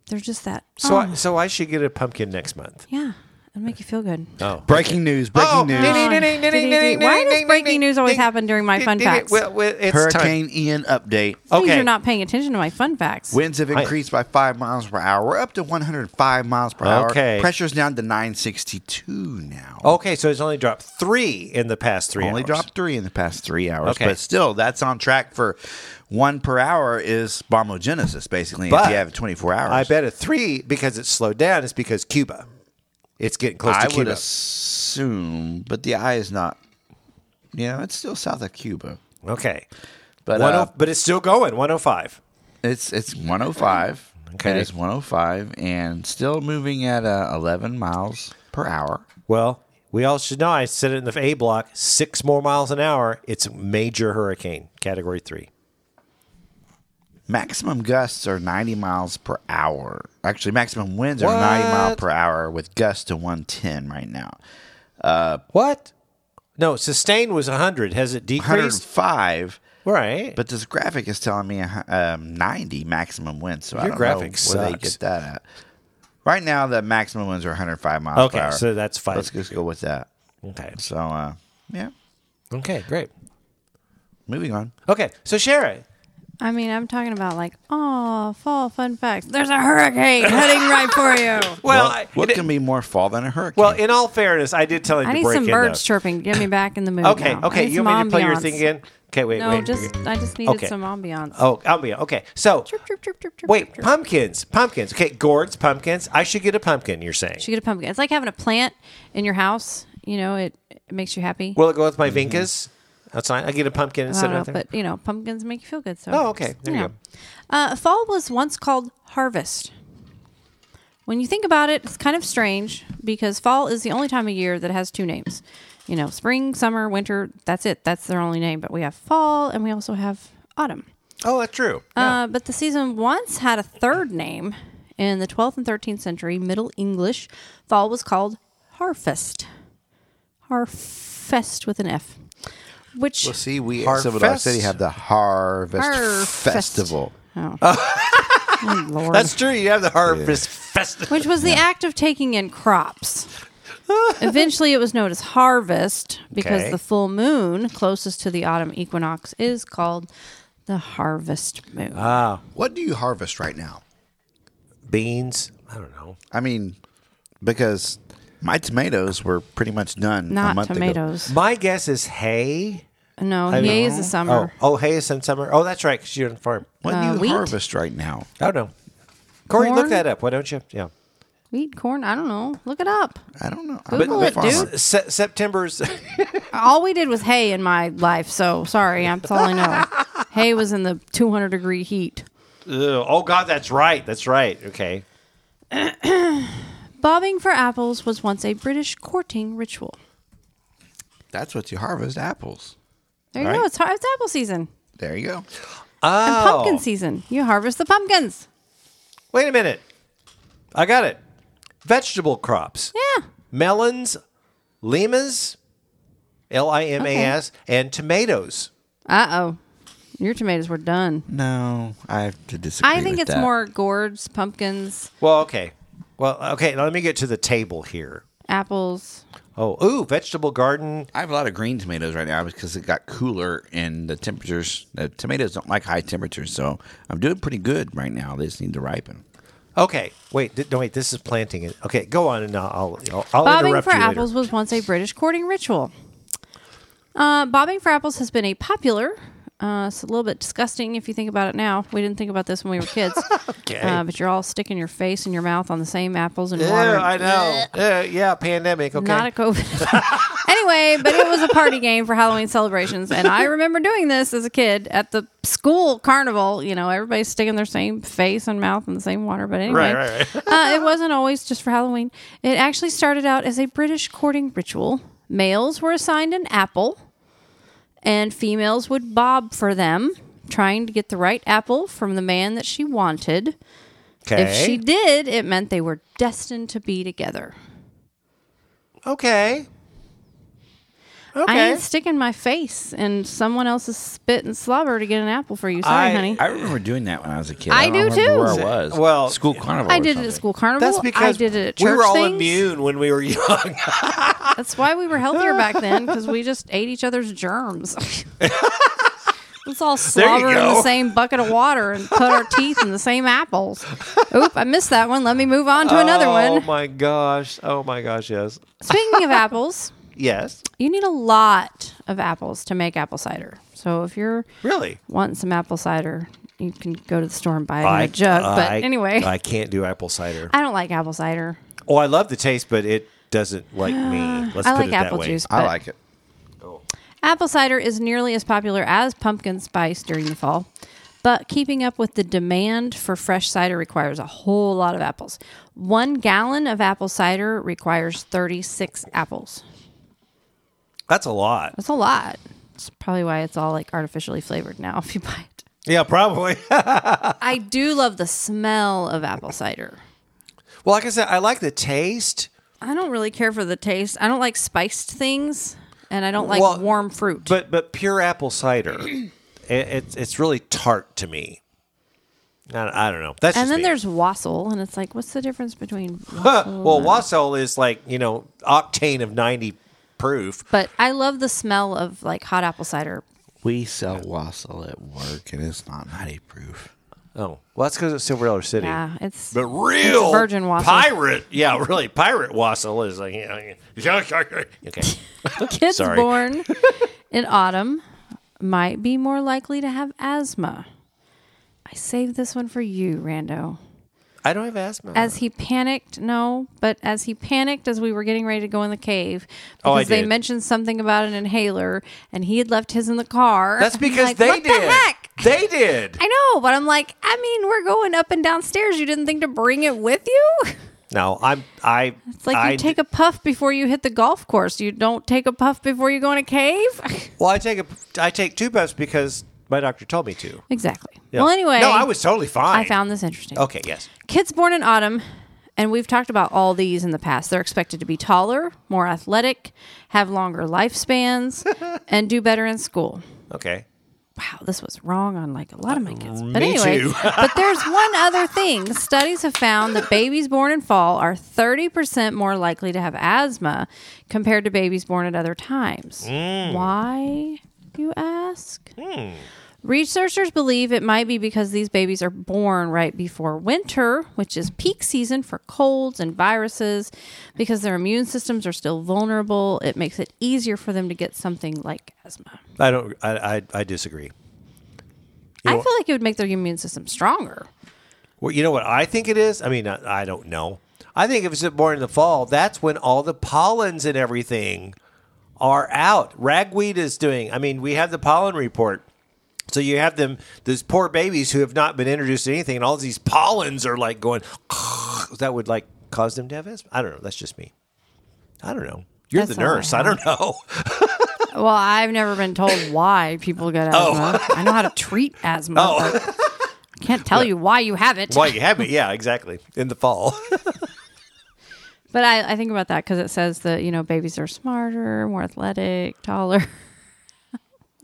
C: They're just that.
A: So,
C: "Oh,
A: I, so I should get a pumpkin next month. Oh,
C: yeah, it'll make you feel good.
E: Breaking news! Breaking news!
C: Why does breaking news always happen during my fun facts?
A: Well, well, it's
E: Hurricane Ian update.
A: Time.
C: Means
A: Okay.
C: You're not paying attention to my fun facts.
E: Winds have increased by five miles per hour. We're up to 105 miles per hour.
A: Okay.
E: Pressure's down to 962 now.
A: okay. So it's only dropped three in the past three.
E: Only
A: hours.
E: dropped three in the past three hours,
A: Okay.
E: but still, that's on track for one per hour is bombogenesis, basically,
A: But
E: if you have 24 hours.
A: I bet a three because it's slowed down. Is because Cuba. It's getting close
E: I
A: to
E: would
A: Cuba.
E: assume, but the eye is not, yeah, it's still south of Cuba.
A: Okay.
E: But
A: One
E: uh,
A: oh- but it's still going. One hundred five.
E: it's it's 105.
A: Okay.
E: It is 105 and still moving at uh, 11 miles per hour.
A: Well, we all should know. I said it in the A block. Six more miles an hour. It's a major hurricane, category three.
E: Maximum gusts are 90 miles per hour. Actually, maximum winds are 90 mile
A: What?
E: per hour with gusts to 110 right now.
A: What? No, sustained was hundred. Has it decreased?
E: 105,
A: Right.
E: but this graphic is telling me a hu- uh, um, 90 maximum winds. So I
A: Your
E: don't
A: graphic
E: know where they
A: sucks.
E: get that at. Right now, the maximum winds are 105 miles
A: Okay,
E: per hour.
A: so that's fine.
E: Let's just go with that.
A: Okay.
E: So, uh, yeah,
A: Okay, great.
E: moving on.
A: Okay, so Shara,
C: I mean, I'm talking about like, oh, fall fun facts. There's a hurricane heading right for you.
A: well, I-
E: what
A: in-
E: can be more fall than a hurricane?
A: well, in all fairness, I did tell him
C: I
A: to
C: need
A: break
C: some
A: in.
C: birds
A: though.
C: chirping. Get me back in the mood.
A: Okay,
C: now. I
A: okay,
C: need
A: you
C: some
A: want me to play your
C: ambiance.
A: thing again? Okay, wait,
C: No,
A: wait.
C: just I just needed
A: Okay.
C: some ambiance.
A: Oh, I'll be okay. So,
C: Chirp, chirp, chirp, chirp, chirp,
A: wait,
C: chirp, chirp.
A: pumpkins, pumpkins. Okay, gourds, pumpkins. I should get a pumpkin. You're saying?
C: You get a pumpkin. It's like having a plant in your house. You know, it, it makes you happy.
A: Will it go with my vinkas? Outside, I get a pumpkin
C: I
A: instead
C: don't
A: of
C: know,
A: there.
C: Uh, but you know, pumpkins make you feel good. So,
A: Oh, okay. There you go.
C: Uh, fall was once called harvest. When you think about it, it's kind of strange because fall is the only time of year that has two names. You know, spring, summer, winter. That's it. That's their only name. But we have fall, and we also have autumn.
A: Oh, that's true.
C: Uh, but the season once had a third name in the 12th and 13th century Middle English. Fall was called harvest. Harfest with an F. Which
E: Well, see, we
A: Har
E: at Silverdale
A: Fest.
E: City have the Harvest
C: Har Fest.
E: Festival.
C: oh, Lord.
A: That's true. You have the harvest festival.
C: which was the act of taking in crops. Eventually, it was known as harvest because
A: Okay.
C: the full moon closest to the autumn equinox is called the harvest moon.
A: Ah,
G: What do you harvest right now?
A: Beans. I don't know.
E: I mean, because my tomatoes were pretty much done. a
C: Not
E: month
C: tomatoes.
A: My guess is hay.
C: No,
A: I
C: yay
A: don't
C: is the
A: know.
C: summer.
A: Oh, oh, hay is in summer. Oh, that's right, because you're on the farm.
E: Ago. What do
C: Uh,
E: you
C: wheat?
E: harvest right now?
A: I don't know. Corey, look
C: Corn?
A: that up. Why don't you? Yeah.
C: Wheat, corn, I don't know. Look it up.
E: I don't know.
C: Google
E: I'm not a
C: it,
E: farmer.
C: dude.
A: Se- September's.
C: All we did was hay in my life, so sorry, that's all I know. hay was in the 200 degree heat.
A: Ew. Oh God, that's right. That's right. Okay.
C: Bobbing for apples was once a British courting ritual.
E: That's what you harvest apples.
C: There you
E: Right.
C: go. It's, har- it's apple season
E: There you go.
C: and pumpkin
A: Oh.
C: season. You harvest the pumpkins.
A: Wait a minute. I got it. Vegetable crops.
C: Yeah.
A: Melons, limas, L I M A S, and tomatoes.
C: Uh oh. Your tomatoes were done.
E: No, I have to disagree.
C: I think
E: with
C: it's
E: that.
C: more gourds, pumpkins,
A: Well, okay. Well, okay. Now let me get to the table here.
C: apples.
A: Oh, ooh, vegetable garden.
E: I have a lot of green tomatoes right now because it got cooler and the temperatures. The tomatoes don't like high temperatures, so I'm doing pretty good right now. They just need to ripen.
A: Okay. Wait. Th- no, wait. This is planting it. Okay. Go on, and I'll I'll, I'll
C: Bobbing
A: interrupt
C: for
A: you later.
C: apples was once a British courting ritual. Uh, bobbing for apples has been a popular, uh, it's a little bit disgusting if you think about it now. We didn't think about this when we were kids.
A: Okay.
C: uh, but you're all sticking your face and your mouth on the same apples and
A: Ew,
C: water.
A: I know. Uh, yeah, pandemic. Okay.
C: Not a COVID. anyway, but it was a party game for Halloween celebrations, and I remember doing this as a kid at the school carnival. You know, everybody's sticking their same face and mouth in the same water. But anyway,
A: Right, right,
C: uh, it wasn't always just for Halloween. It actually started out as a British courting ritual. Males were assigned an apple, and females would bob for them, trying to get the right apple from the man that she wanted.
A: okay.
C: If she did, it meant they were destined to be together.
A: okay.
C: I
A: Okay.
C: ain't sticking my face in someone else's spit and slobber to get an apple for you. Sorry,
A: I-
C: honey. I,
E: I remember doing that when I was a kid.
C: I do
E: don't remember
C: too.
E: Where I was.
A: Well,
E: school carnival. or
C: did it
E: something.
C: at school carnival.
A: That's because
C: I did it at
A: we
C: church
A: were all
C: things.
A: immune when we were young.
C: That's why we were healthier back then because we just ate each other's germs. Let's all slobber in
A: go.
C: the same bucket of water and put our teeth in the same apples. Oop, I missed that one. Let me move on to another
A: Oh
C: one.
A: my gosh. Oh my gosh. Yes.
C: Speaking of apples,
A: Yes.
C: you need a lot of apples to make apple cider. So if you're
A: Really.
C: want some apple cider, you can go to the store and buy it in a jug. but
A: I-
C: anyway,
A: I can't do apple cider.
C: I don't like apple cider.
A: oh, I love the taste, but it doesn't like me. Let's
C: I
A: put
C: like
A: it
C: apple
A: that way.
C: juice.
E: I
C: but
E: like it.
C: Apple cider is nearly as popular as pumpkin spice during the fall, but keeping up with the demand for fresh cider requires a whole lot of apples. One gallon of apple cider requires 36 apples.
A: That's a lot.
C: That's a lot. That's probably why it's all like artificially flavored now if you buy it.
A: Yeah, probably.
C: I do love the smell of apple cider.
A: well, like I said, I like the taste.
C: I don't really care for the taste. I don't like spiced things, and I don't like
A: Well,
C: warm fruit.
A: But but pure apple cider, it, it's it's really tart to me. I, I don't know. That's
C: And
A: just
C: then
A: me.
C: there's Oh. wassail, and it's like, what's the difference between wassail
A: well,
C: and-
A: wassail is like you know octane of ninety proof.
C: But I love the smell of like hot apple cider.
E: We sell wassail at work, and it's not ninety proof.
A: Oh, well, that's because it's Silver Dollar City.
C: Yeah, it's
A: But real
C: It's virgin wassail.
A: pirate, yeah, really pirate wassail is like yeah, yeah, yeah, okay.
C: kids
A: Sorry.
C: born in autumn might be more likely to have asthma. I saved this one for you, Rando.
A: I don't have asthma.
C: As he panicked, no, but as he panicked as we were getting ready to go in the cave, because
A: Oh, I
C: they
A: did.
C: mentioned something about an inhaler and he had left his in the car.
A: that's
C: I'm
A: because
C: like,
A: they
C: what
A: did.
C: The heck?
A: They did.
C: I know, but I'm like, I mean, we're going up and downstairs. You didn't think to bring it with you?
A: no, I'm. I.
C: It's like you take a puff before you hit the golf course. You don't take a puff before you go in a cave.
A: Well, I take a. I take two puffs because my doctor told me to.
C: exactly.
A: Yeah.
C: Well, anyway,
A: no, I was totally fine.
C: I found this interesting.
A: Okay, yes.
C: Kids born in autumn, and we've talked about all these in the past, they're expected to be taller, more athletic, have longer lifespans, and do better in school.
A: Okay.
C: Wow, this was wrong on like a lot of my kids. But
A: Uh, me
C: anyway,
A: too.
C: but there's one other thing. Studies have found that babies born in fall are 30% more likely to have asthma compared to babies born at other times.
A: Mm.
C: Why, you ask?
A: Hmm.
C: Researchers believe it might be because these babies are born right before winter, which is peak season for colds and viruses. Because their immune systems are still vulnerable, it makes it easier for them to get something like asthma.
A: I don't. I. I, I disagree. You
C: I
A: know-
C: feel like it would make their immune system stronger.
A: Well, you know what I think it is? I mean, I, I don't know. I think if it's born in the fall, that's when all the pollens and everything are out. Ragweed is doing. I mean, we have the pollen report. So you have them, these poor babies who have not been introduced to anything, and all these pollens are like going, that would like cause them to have asthma. I don't know. That's just me. I don't know. You're
C: That's
A: the
C: all I
A: nurse. I, don't know.
C: Well, I've never been told why people get
A: Oh.
C: asthma. I know how to treat asthma. but I can't tell you why you have it.
A: Why you have it? Yeah, exactly. In the fall.
C: But I, I think about that because it says that, you know, babies are smarter, more athletic, taller.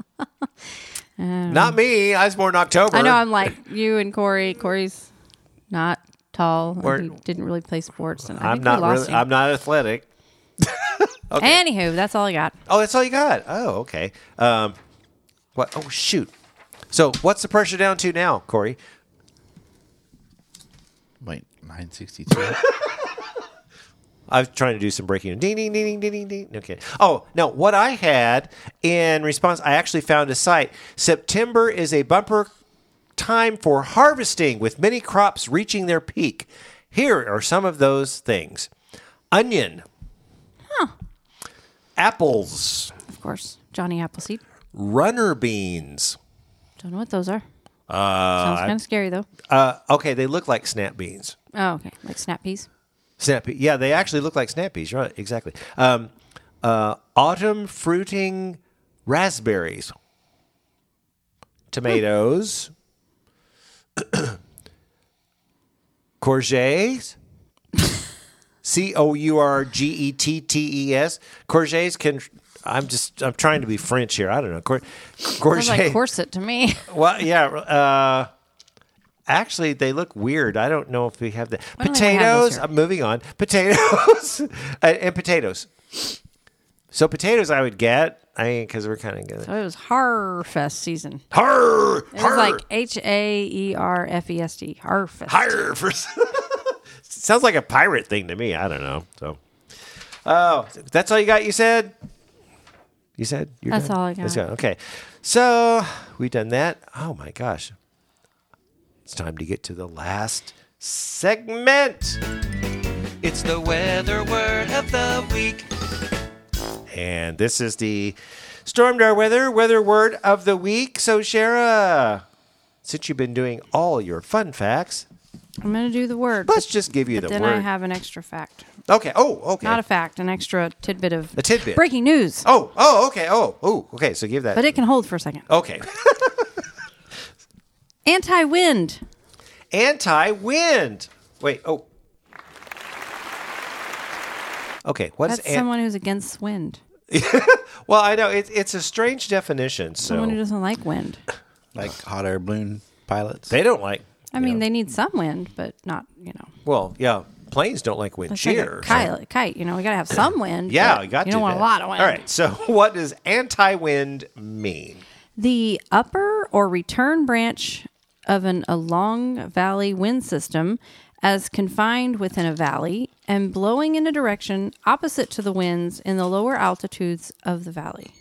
A: not me. I was born in October.
C: Um, I know I'm like you and Corey. Corey's not tall.
A: We're-
C: and he didn't really play sports. And I
A: I'm
C: think
A: not
C: we lost
A: really.
C: him.
A: I'm not athletic.
C: Anywho, that's all I got.
A: Oh, that's all you got. Oh, okay. Um, what? Oh, shoot. So, what's the pressure down to now, Corey?
E: Wait, nine sixty-two.
A: I was trying to do some breaking. Ding, ding, ding, ding, ding, ding. Okay. Oh, no. What I had in response, I actually found a site. September is a bumper time for harvesting with many crops reaching their peak. Here are some of those things onion, apples,
C: Of course, Johnny Appleseed.
A: runner beans.
C: Don't know what those are. Uh, Sounds kind of scary though.
A: Uh, okay, they look like snap beans.
C: Oh, okay, like snap peas.
A: Snap pea. Yeah, they actually look like snap peas. You're Right, exactly. Um, uh, autumn fruiting raspberries, tomatoes, courgettes. C O U R G E T T E S. Courgettes can. I'm just. I'm trying to be French here. I don't know. Cour-
C: Sounds like
A: courgettes.
C: corset to me.
A: Well, yeah. Uh, actually, they look weird. I don't know if we have that.
C: don't think we have those
A: Potatoes.
C: here.
A: I'm moving on. Potatoes uh, and, and potatoes. So potatoes, I would get. I mean, because we're kind of good.
C: Oh, it was Harfest season.
A: Har,
C: It was like H A E R F E S T. Harfest.
A: hire for sounds like a pirate thing to me. I don't know. So, oh, that's all you got. You said. You said You're
C: That's
A: done?
C: all I got.
A: That's Okay, so we done that. Oh my gosh, it's time to get to the last segment. It's the weather word of the week, and this is the storm door weather weather word of the week. So, Shara. Since you've been doing all your fun facts,
C: I'm gonna do the word.
A: Let's just give you
C: but
A: the
C: then
A: word.
C: I have an extra fact.
A: okay. Oh, okay.
C: Not a fact, an extra tidbit of
A: A tidbit.
C: breaking news.
A: oh, oh, okay. Oh, oh, okay. So give that.
C: But it can hold for a second.
A: okay.
C: Anti wind.
A: Anti wind. Wait. Oh. Okay. What's
C: That's
A: an-
C: someone who's against wind.
A: well? I know it's it's a strange definition. So
C: Someone who doesn't like wind.
E: like hot air balloon pilots.
A: they don't like.
C: I mean, they need some wind, but not you know.
A: Well, yeah, planes don't like wind
C: It's like a
A: shear.
C: kite, kite. You know, we gotta have some wind.
A: Yeah,
C: but
A: I got
C: You don't
A: to
C: want
A: that.
C: a lot of wind.
A: All right. So, what does anti-wind mean?
C: The upper or return branch of an along valley wind system as confined within a valley and blowing in a direction opposite to the winds in the lower altitudes of the valley.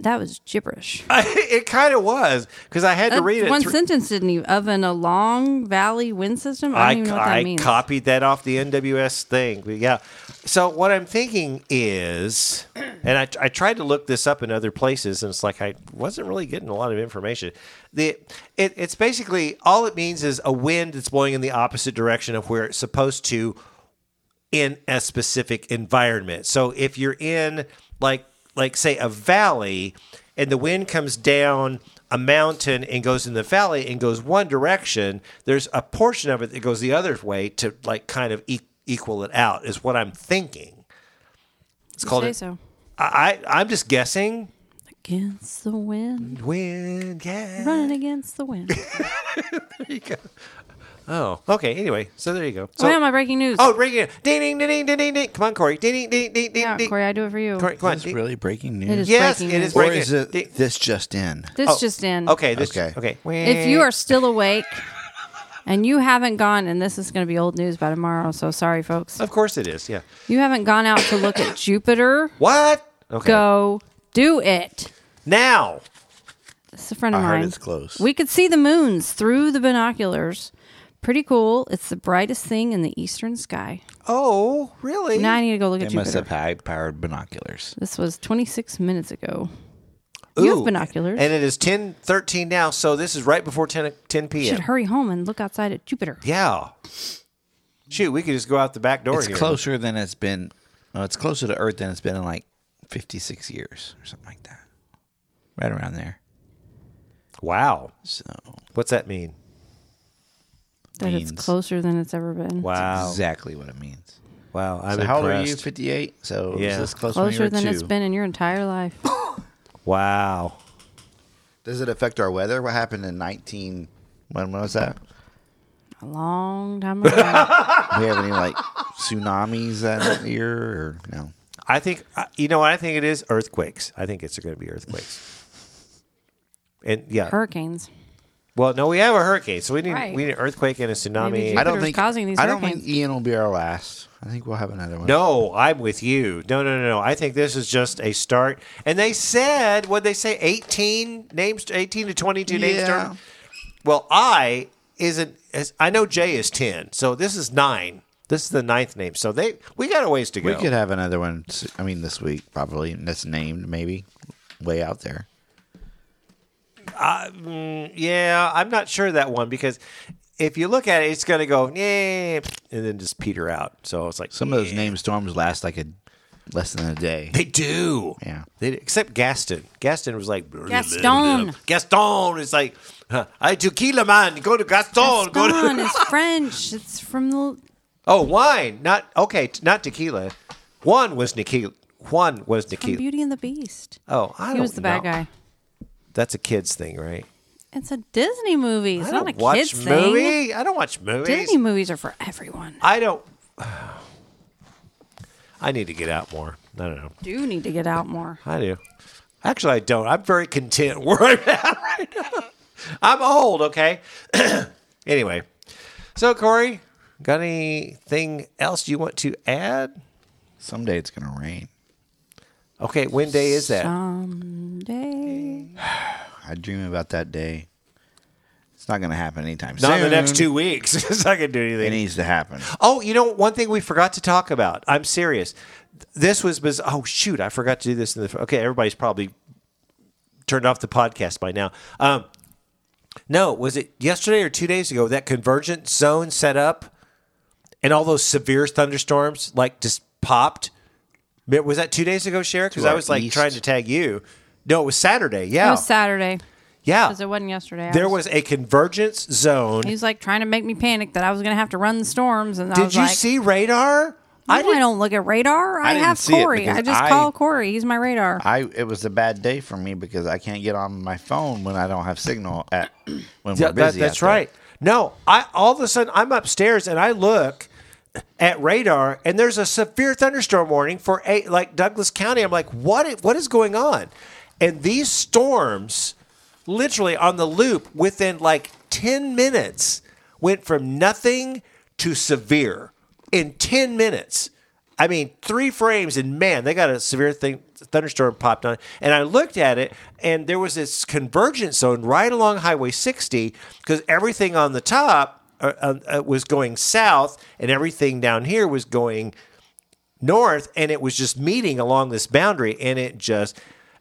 C: That was gibberish.
A: it kind of was because I had to
C: That
A: read it.
C: one
A: thr-
C: sentence didn't even of an along valley wind system. I
A: I,
C: don't even know what that
A: I
C: means.
A: copied that off the NWS thing. But yeah. So what I'm thinking is, and I, I tried to look this up in other places, and it's like I wasn't really getting a lot of information. The it, it's basically all it means is a wind that's blowing in the opposite direction of where it's supposed to in a specific environment. So if you're in like like say a valley and the wind comes down a mountain and goes in the valley and goes one direction, there's a portion of it that goes the other way to like kind of e- equal it out is what I'm thinking. It's
C: You
A: called
C: say
A: it-
C: so.
A: I, I I'm just guessing.
C: Against the wind,
A: Wind, yeah.
C: running against the wind.
A: Oh, okay. Anyway, so there you go. So,
C: oh, yeah, my breaking news.
A: oh, ring it. Ding, ding, ding, ding, ding, ding, ding. Come on, Corey. Ding, ding, ding, ding, ding,
C: yeah,
A: ding.
C: Corey, I do it for you.
A: Corey, come on.
H: Is this really breaking news?
C: It is
A: Yes,
C: breaking
A: it
C: news.
A: is
H: Or
A: breaking
H: is it
A: Ding.
H: this just in?
C: This
A: Oh,
C: just in.
A: Okay, this
H: Okay.
A: okay.
C: If you are still awake and you haven't gone, and this is going to be old news by tomorrow, so sorry, folks.
A: Of course it is. Yeah.
C: You haven't gone out to look at Jupiter,
A: What? Okay.
C: go do it.
A: Now.
C: This is a friend of
E: I heard
C: mine.
E: it's close.
C: We could see the moons through the binoculars. Pretty cool. It's the brightest thing in the eastern sky.
A: Oh, really?
C: Now I need to go look at
I: They must
C: Jupiter.
I: have high powered binoculars.
C: This was 26 minutes ago. You have
A: Ooh.
C: binoculars.
A: And it is 10 13 now, so this is right before 10, 10
C: you
A: p.m.
C: should hurry home and look outside at Jupiter.
A: Yeah. Shoot, we could just go out the back door
E: It's
A: here.
E: closer than it's been. No, it's closer to Earth than it's been in like 56 years or something like that. Right around there.
A: Wow.
E: So
A: What's that mean?
C: That it's
E: Means.
C: closer than it's ever been.
A: Wow.
E: exactly what it means.
A: Wow. I'm
E: So how old are you?
A: impressed.
E: 58. So
A: Yeah.
E: is this close when you
C: Closer
E: were
C: than it's
E: two?
C: been in your entire life.
A: Wow.
H: Does it affect our weather? What happened in 19?
E: When was that?
C: A long time ago.
E: we have any like tsunamis that year or no?
A: I think uh, you know what I think it is earthquakes. I think it's going to be earthquakes. And yeah,
C: Hurricanes.
A: well, no, we have a hurricane, so we need
C: Right.
A: we need an earthquake and a tsunami.
C: Maybe
E: I don't
C: Jupiter's
E: think
C: causing these
E: I don't
C: hurricanes.
E: think Ian will be our last. I think we'll have another one.
A: No, I'm with you. No, no, no, no. I think this is just a start. And they said, what they say, 18 names, 18 to 22 names.
E: Yeah.
A: Turn. Well, I isn't. Is, I know Jay is 10, so this is nine. This is the ninth name. So they we got a ways to go.
E: we could have another one. s- I mean, this week probably and that's named maybe way out there.
A: yeah, I'm not sure of that one because if you look at it, it's going to go yeah, and then just peter out. So it's like
E: Some of those named storms last like a less than a day.
A: They do.
E: Yeah.
A: They do. Except Gaston. Gaston was like
C: Gaston.
A: Gaston is like huh, I tequila man. Go to Gaston. Oh, Go to
C: Gaston is French. It's from the.
A: Oh, wine. Not okay, t- not tequila. One was tequila. One was
C: From
A: tequila.
C: Beauty and the Beast.
A: Oh, I
C: He was
A: don't
C: the bad
A: know.
C: guy.
A: That's a kids thing, right?
C: It's a Disney movie. It's
A: I
C: not
A: don't
C: a
A: watch
C: kids
A: movie.
C: thing.
A: I don't watch movies.
C: Disney movies are for everyone.
A: I don't I need to get out more. I don't know.
C: do need to get out more.
A: I do. Actually, I don't. I'm very content where I'm at right now. I'm old, okay? anyway, so Corey, got anything else you want to add?
E: Someday it's gonna rain.
A: Okay, when day is that?
C: Someday.
E: I dream about that day. It's not gonna happen anytime soon.
A: Not in the next two weeks. it's not going to do anything.
E: It needs to happen.
A: Oh, you know, one thing we forgot to talk about. I'm serious. This was biz- oh shoot, I forgot to do this in the okay. Everybody's probably turned off the podcast by now. Um, no, was it yesterday or two days ago that convergent zone set up and all those severe thunderstorms like just popped? Mi- Was that two days ago, Cher? Because
E: To
A: I
E: our
A: was like
E: east.
A: trying to tag you. No, it was Saturday. Yeah,
C: It was Saturday
A: yeah.
C: because it wasn't yesterday. I
A: There was a convergence zone.
C: He was like trying to make me panic that I was going to have to run the storms, and I
A: Did
C: was
A: you
C: like,
A: see radar?
C: I, I don't look at radar. I,
E: I didn't
C: have
E: see it
C: Corey. I
E: because
C: just
E: I-
C: call Corey. He's my radar.
E: I it was a bad day for me because I can't get on my phone when I don't have signal at
A: Yeah,
E: when we're
A: that-
E: busy.
A: that's
E: out there.
A: right. No, I all of a sudden I'm upstairs and I look at radar and there's a severe thunderstorm warning for a, like Douglas County. I'm like, what? i- What is going on? And these storms, literally on the loop, within like ten minutes, went from nothing to severe in ten minutes. I mean, three frames, and man, they got a severe thing, thunderstorm popped on. And I looked at it, and there was this convergence zone right along Highway 60 because everything on the top uh, uh, uh, was going south, and everything down here was going north, and it was just meeting along this boundary, and it just,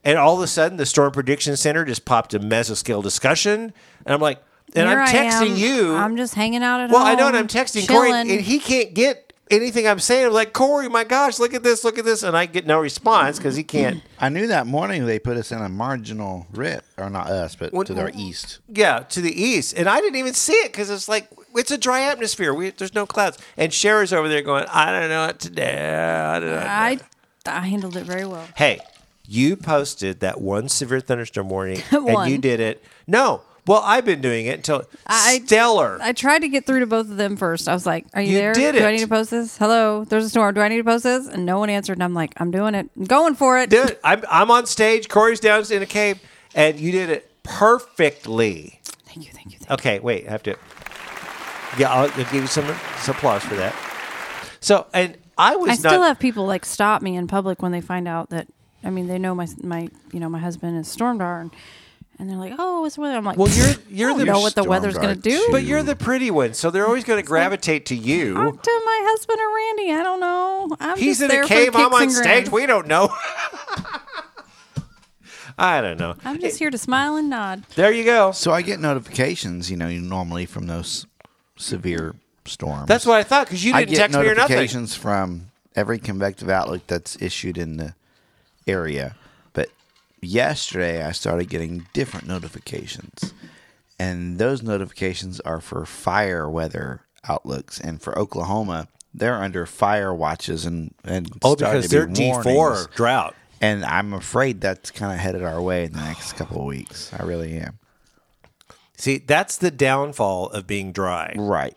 A: and all of a sudden, the Storm Prediction Center just popped a mesoscale discussion, and I'm like, and
C: Here
A: I'm
C: I
A: texting
C: am.
A: you.
C: I'm just hanging out at
A: Well,
C: home.
A: I know, and I'm texting Corey,
C: chilling.
A: and he can't get anything I'm saying. I'm like, Corey, my gosh, look at this, look at this, and I get no response because he can't.
E: I knew that morning they put us in a marginal rip, or not us, but
A: What-
E: to their east.
A: Yeah, to the east, and I didn't even see it because it's like it's a dry atmosphere. We, there's no clouds, and Sherry's over there going, I don't know what to do. I don't know.
C: I I handled it very well.
A: hey, you posted that one severe thunderstorm warning, and
C: One.
A: you did it. No, well, I've been doing it until
C: I-
A: stellar.
C: I tried to get through to both of them first. I was like, "Are you,
A: You
C: there?
A: did
C: Do I
A: it.
C: need to post this? Hello, there's a storm. Do I need to post this?" And no one answered. And I'm like, "I'm doing it. I'm going for it."
A: Dude, I'm I'm on stage. Corey's down in a cave, and you did it perfectly.
C: Thank you, thank you, thank
A: Okay, wait, I have to. Yeah, I'll, I'll give you some, some applause for that. So, and I was
C: you. I
A: not.
C: still have people like stop me in public when they find out that I mean they know my my you know my husband is storm dar and, and they're like, "Oh, what's the weather?" I'm like,
A: Well, you're- you're
C: I don't
A: the
C: know what the
E: Storm
C: weather's
E: Dar
C: going to do."
A: but you're the pretty one, so they're always going to gravitate to you.
C: Talk to my husband or Randy. I don't know. I'm
A: He's in
C: just there
A: a cave.
C: For kicks
A: I'm on
C: and
A: stage.
C: grins.
A: We don't know. I don't know.
C: I'm just here to smile and nod.
A: There you go.
E: So I get notifications, you know, normally from those severe storms.
A: That's what I thought because you
E: I
A: didn't
E: get
A: text me or nothing.
E: notifications from every convective outlet that's issued in the area. But yesterday I started getting different notifications. And those notifications are for fire weather outlooks. And for Oklahoma, they're under fire watches and, and
A: Oh,
E: starting
A: because
E: to
A: they're
E: be
A: D four
E: warnings.
A: drought.
E: And I'm afraid that's kind of headed our way in the next couple of weeks. I really am.
A: See, that's the downfall of being dry.
E: Right.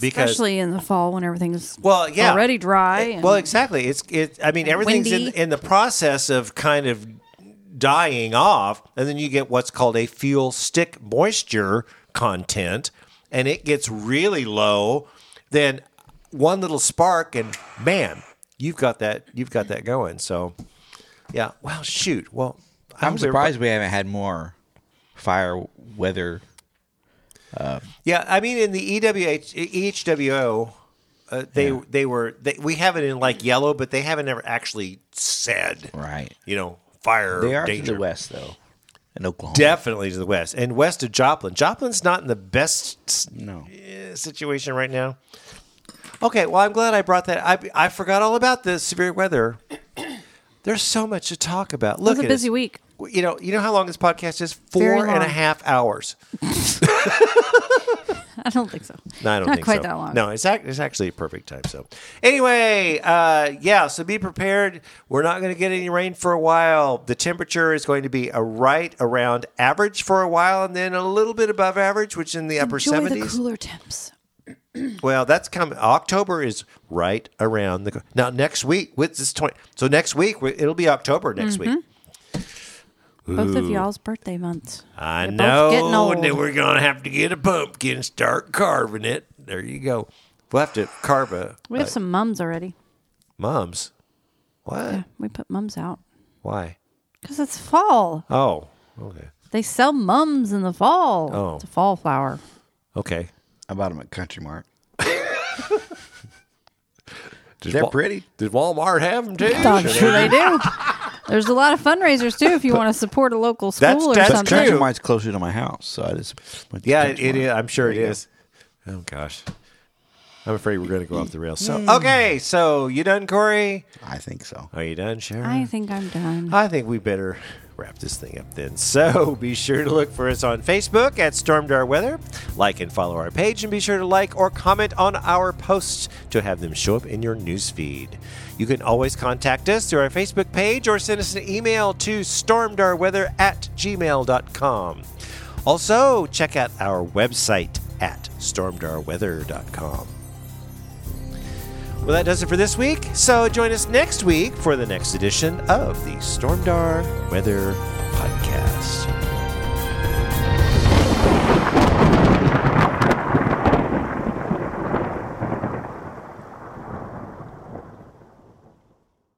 A: Because
C: Especially in the fall when everything's
A: Well, yeah,
C: already dry.
A: It-
C: and-
A: well, exactly. It's it. I mean, everything's in,
C: windy.
A: in the process of kind of dying off, and then you get what's called a fuel stick moisture content, and it gets really low. Then one little spark, and man, you've got that. You've got that going. So, yeah. Well, shoot. Well, I hope
E: I'm
A: everybody-
E: surprised we haven't had more fire weather
A: Yeah, I mean, in the E EWH, EHWO, uh, they they were they, we have it in like yellow, but they haven't ever actually said
E: Right.
A: You know, fire
E: They are
A: danger.
E: to the west, though, in Oklahoma.
A: Definitely to the west and west of Joplin. Joplin's not in the best s-
E: No.
A: eh, situation right now. Okay, well, I'm glad I brought that. I I forgot all about the severe weather. There's so much to talk about.
C: it
A: Look,
C: was a
A: at us.
C: busy week.
A: You know, you know how long this podcast is?
C: Very
A: Four and a
C: long.
A: half hours.
C: I don't think so.
A: No, I don't
C: Not
A: think
C: quite
A: so.
C: that long.
A: No, it's, ac- it's actually a perfect time. So, anyway, uh, yeah. So be prepared. We're not going to get any rain for a while. The temperature is going to be a right around average for a while, and then a little bit above average, which in the upper
C: Enjoy the
A: seventies.
C: cooler temps.
A: well, that's coming. October is right around the co- now. Next week with this twenty. So next week we- it'll be October next week.
C: Mm-hmm. Both of y'all's birthday months.
A: I
C: You're both
A: know
C: getting old.
A: that we're gonna have to get a pumpkin, start carving it. There you go. We'll have to carve a
C: We have some mums already.
A: mums. What?
C: Yeah, we put mums out
A: Why?
C: because it's fall.
A: Oh, okay.
C: They sell mums in the fall.
A: Oh.
C: It's a fall flower.
A: Okay.
E: I bought them at Country Mart.
A: Does
E: They're
A: Wa-
E: pretty.
A: Does Walmart have them too?
C: I'm sure they do. There's a lot of fundraisers too if you want to support a local school
A: That's-
C: or
A: that's
E: But
C: something.
A: true.
E: Country Mart's closer to my house, so I just went to
A: Yeah, it,
E: Country
A: it
E: Mart.
A: is. I'm sure it
E: There you
A: is. Oh gosh, I'm afraid we're going to go off the rails. So okay, so you done, Corey?
E: go. I think so.
A: Are you done, Sharon?
C: I think I'm done.
A: I think we better wrap this thing up then. So be sure to look for us on Facebook at Storm Door Weather. Like and follow our page, and be sure to like or comment on our posts to have them show up in your newsfeed. You can always contact us through our Facebook page or send us an email to stormdarweather at gmail.com. Also, check out our website at stormdarweather.com. Well, that does it for this week. So join us next week for the next edition of the Stormdar Weather Podcast.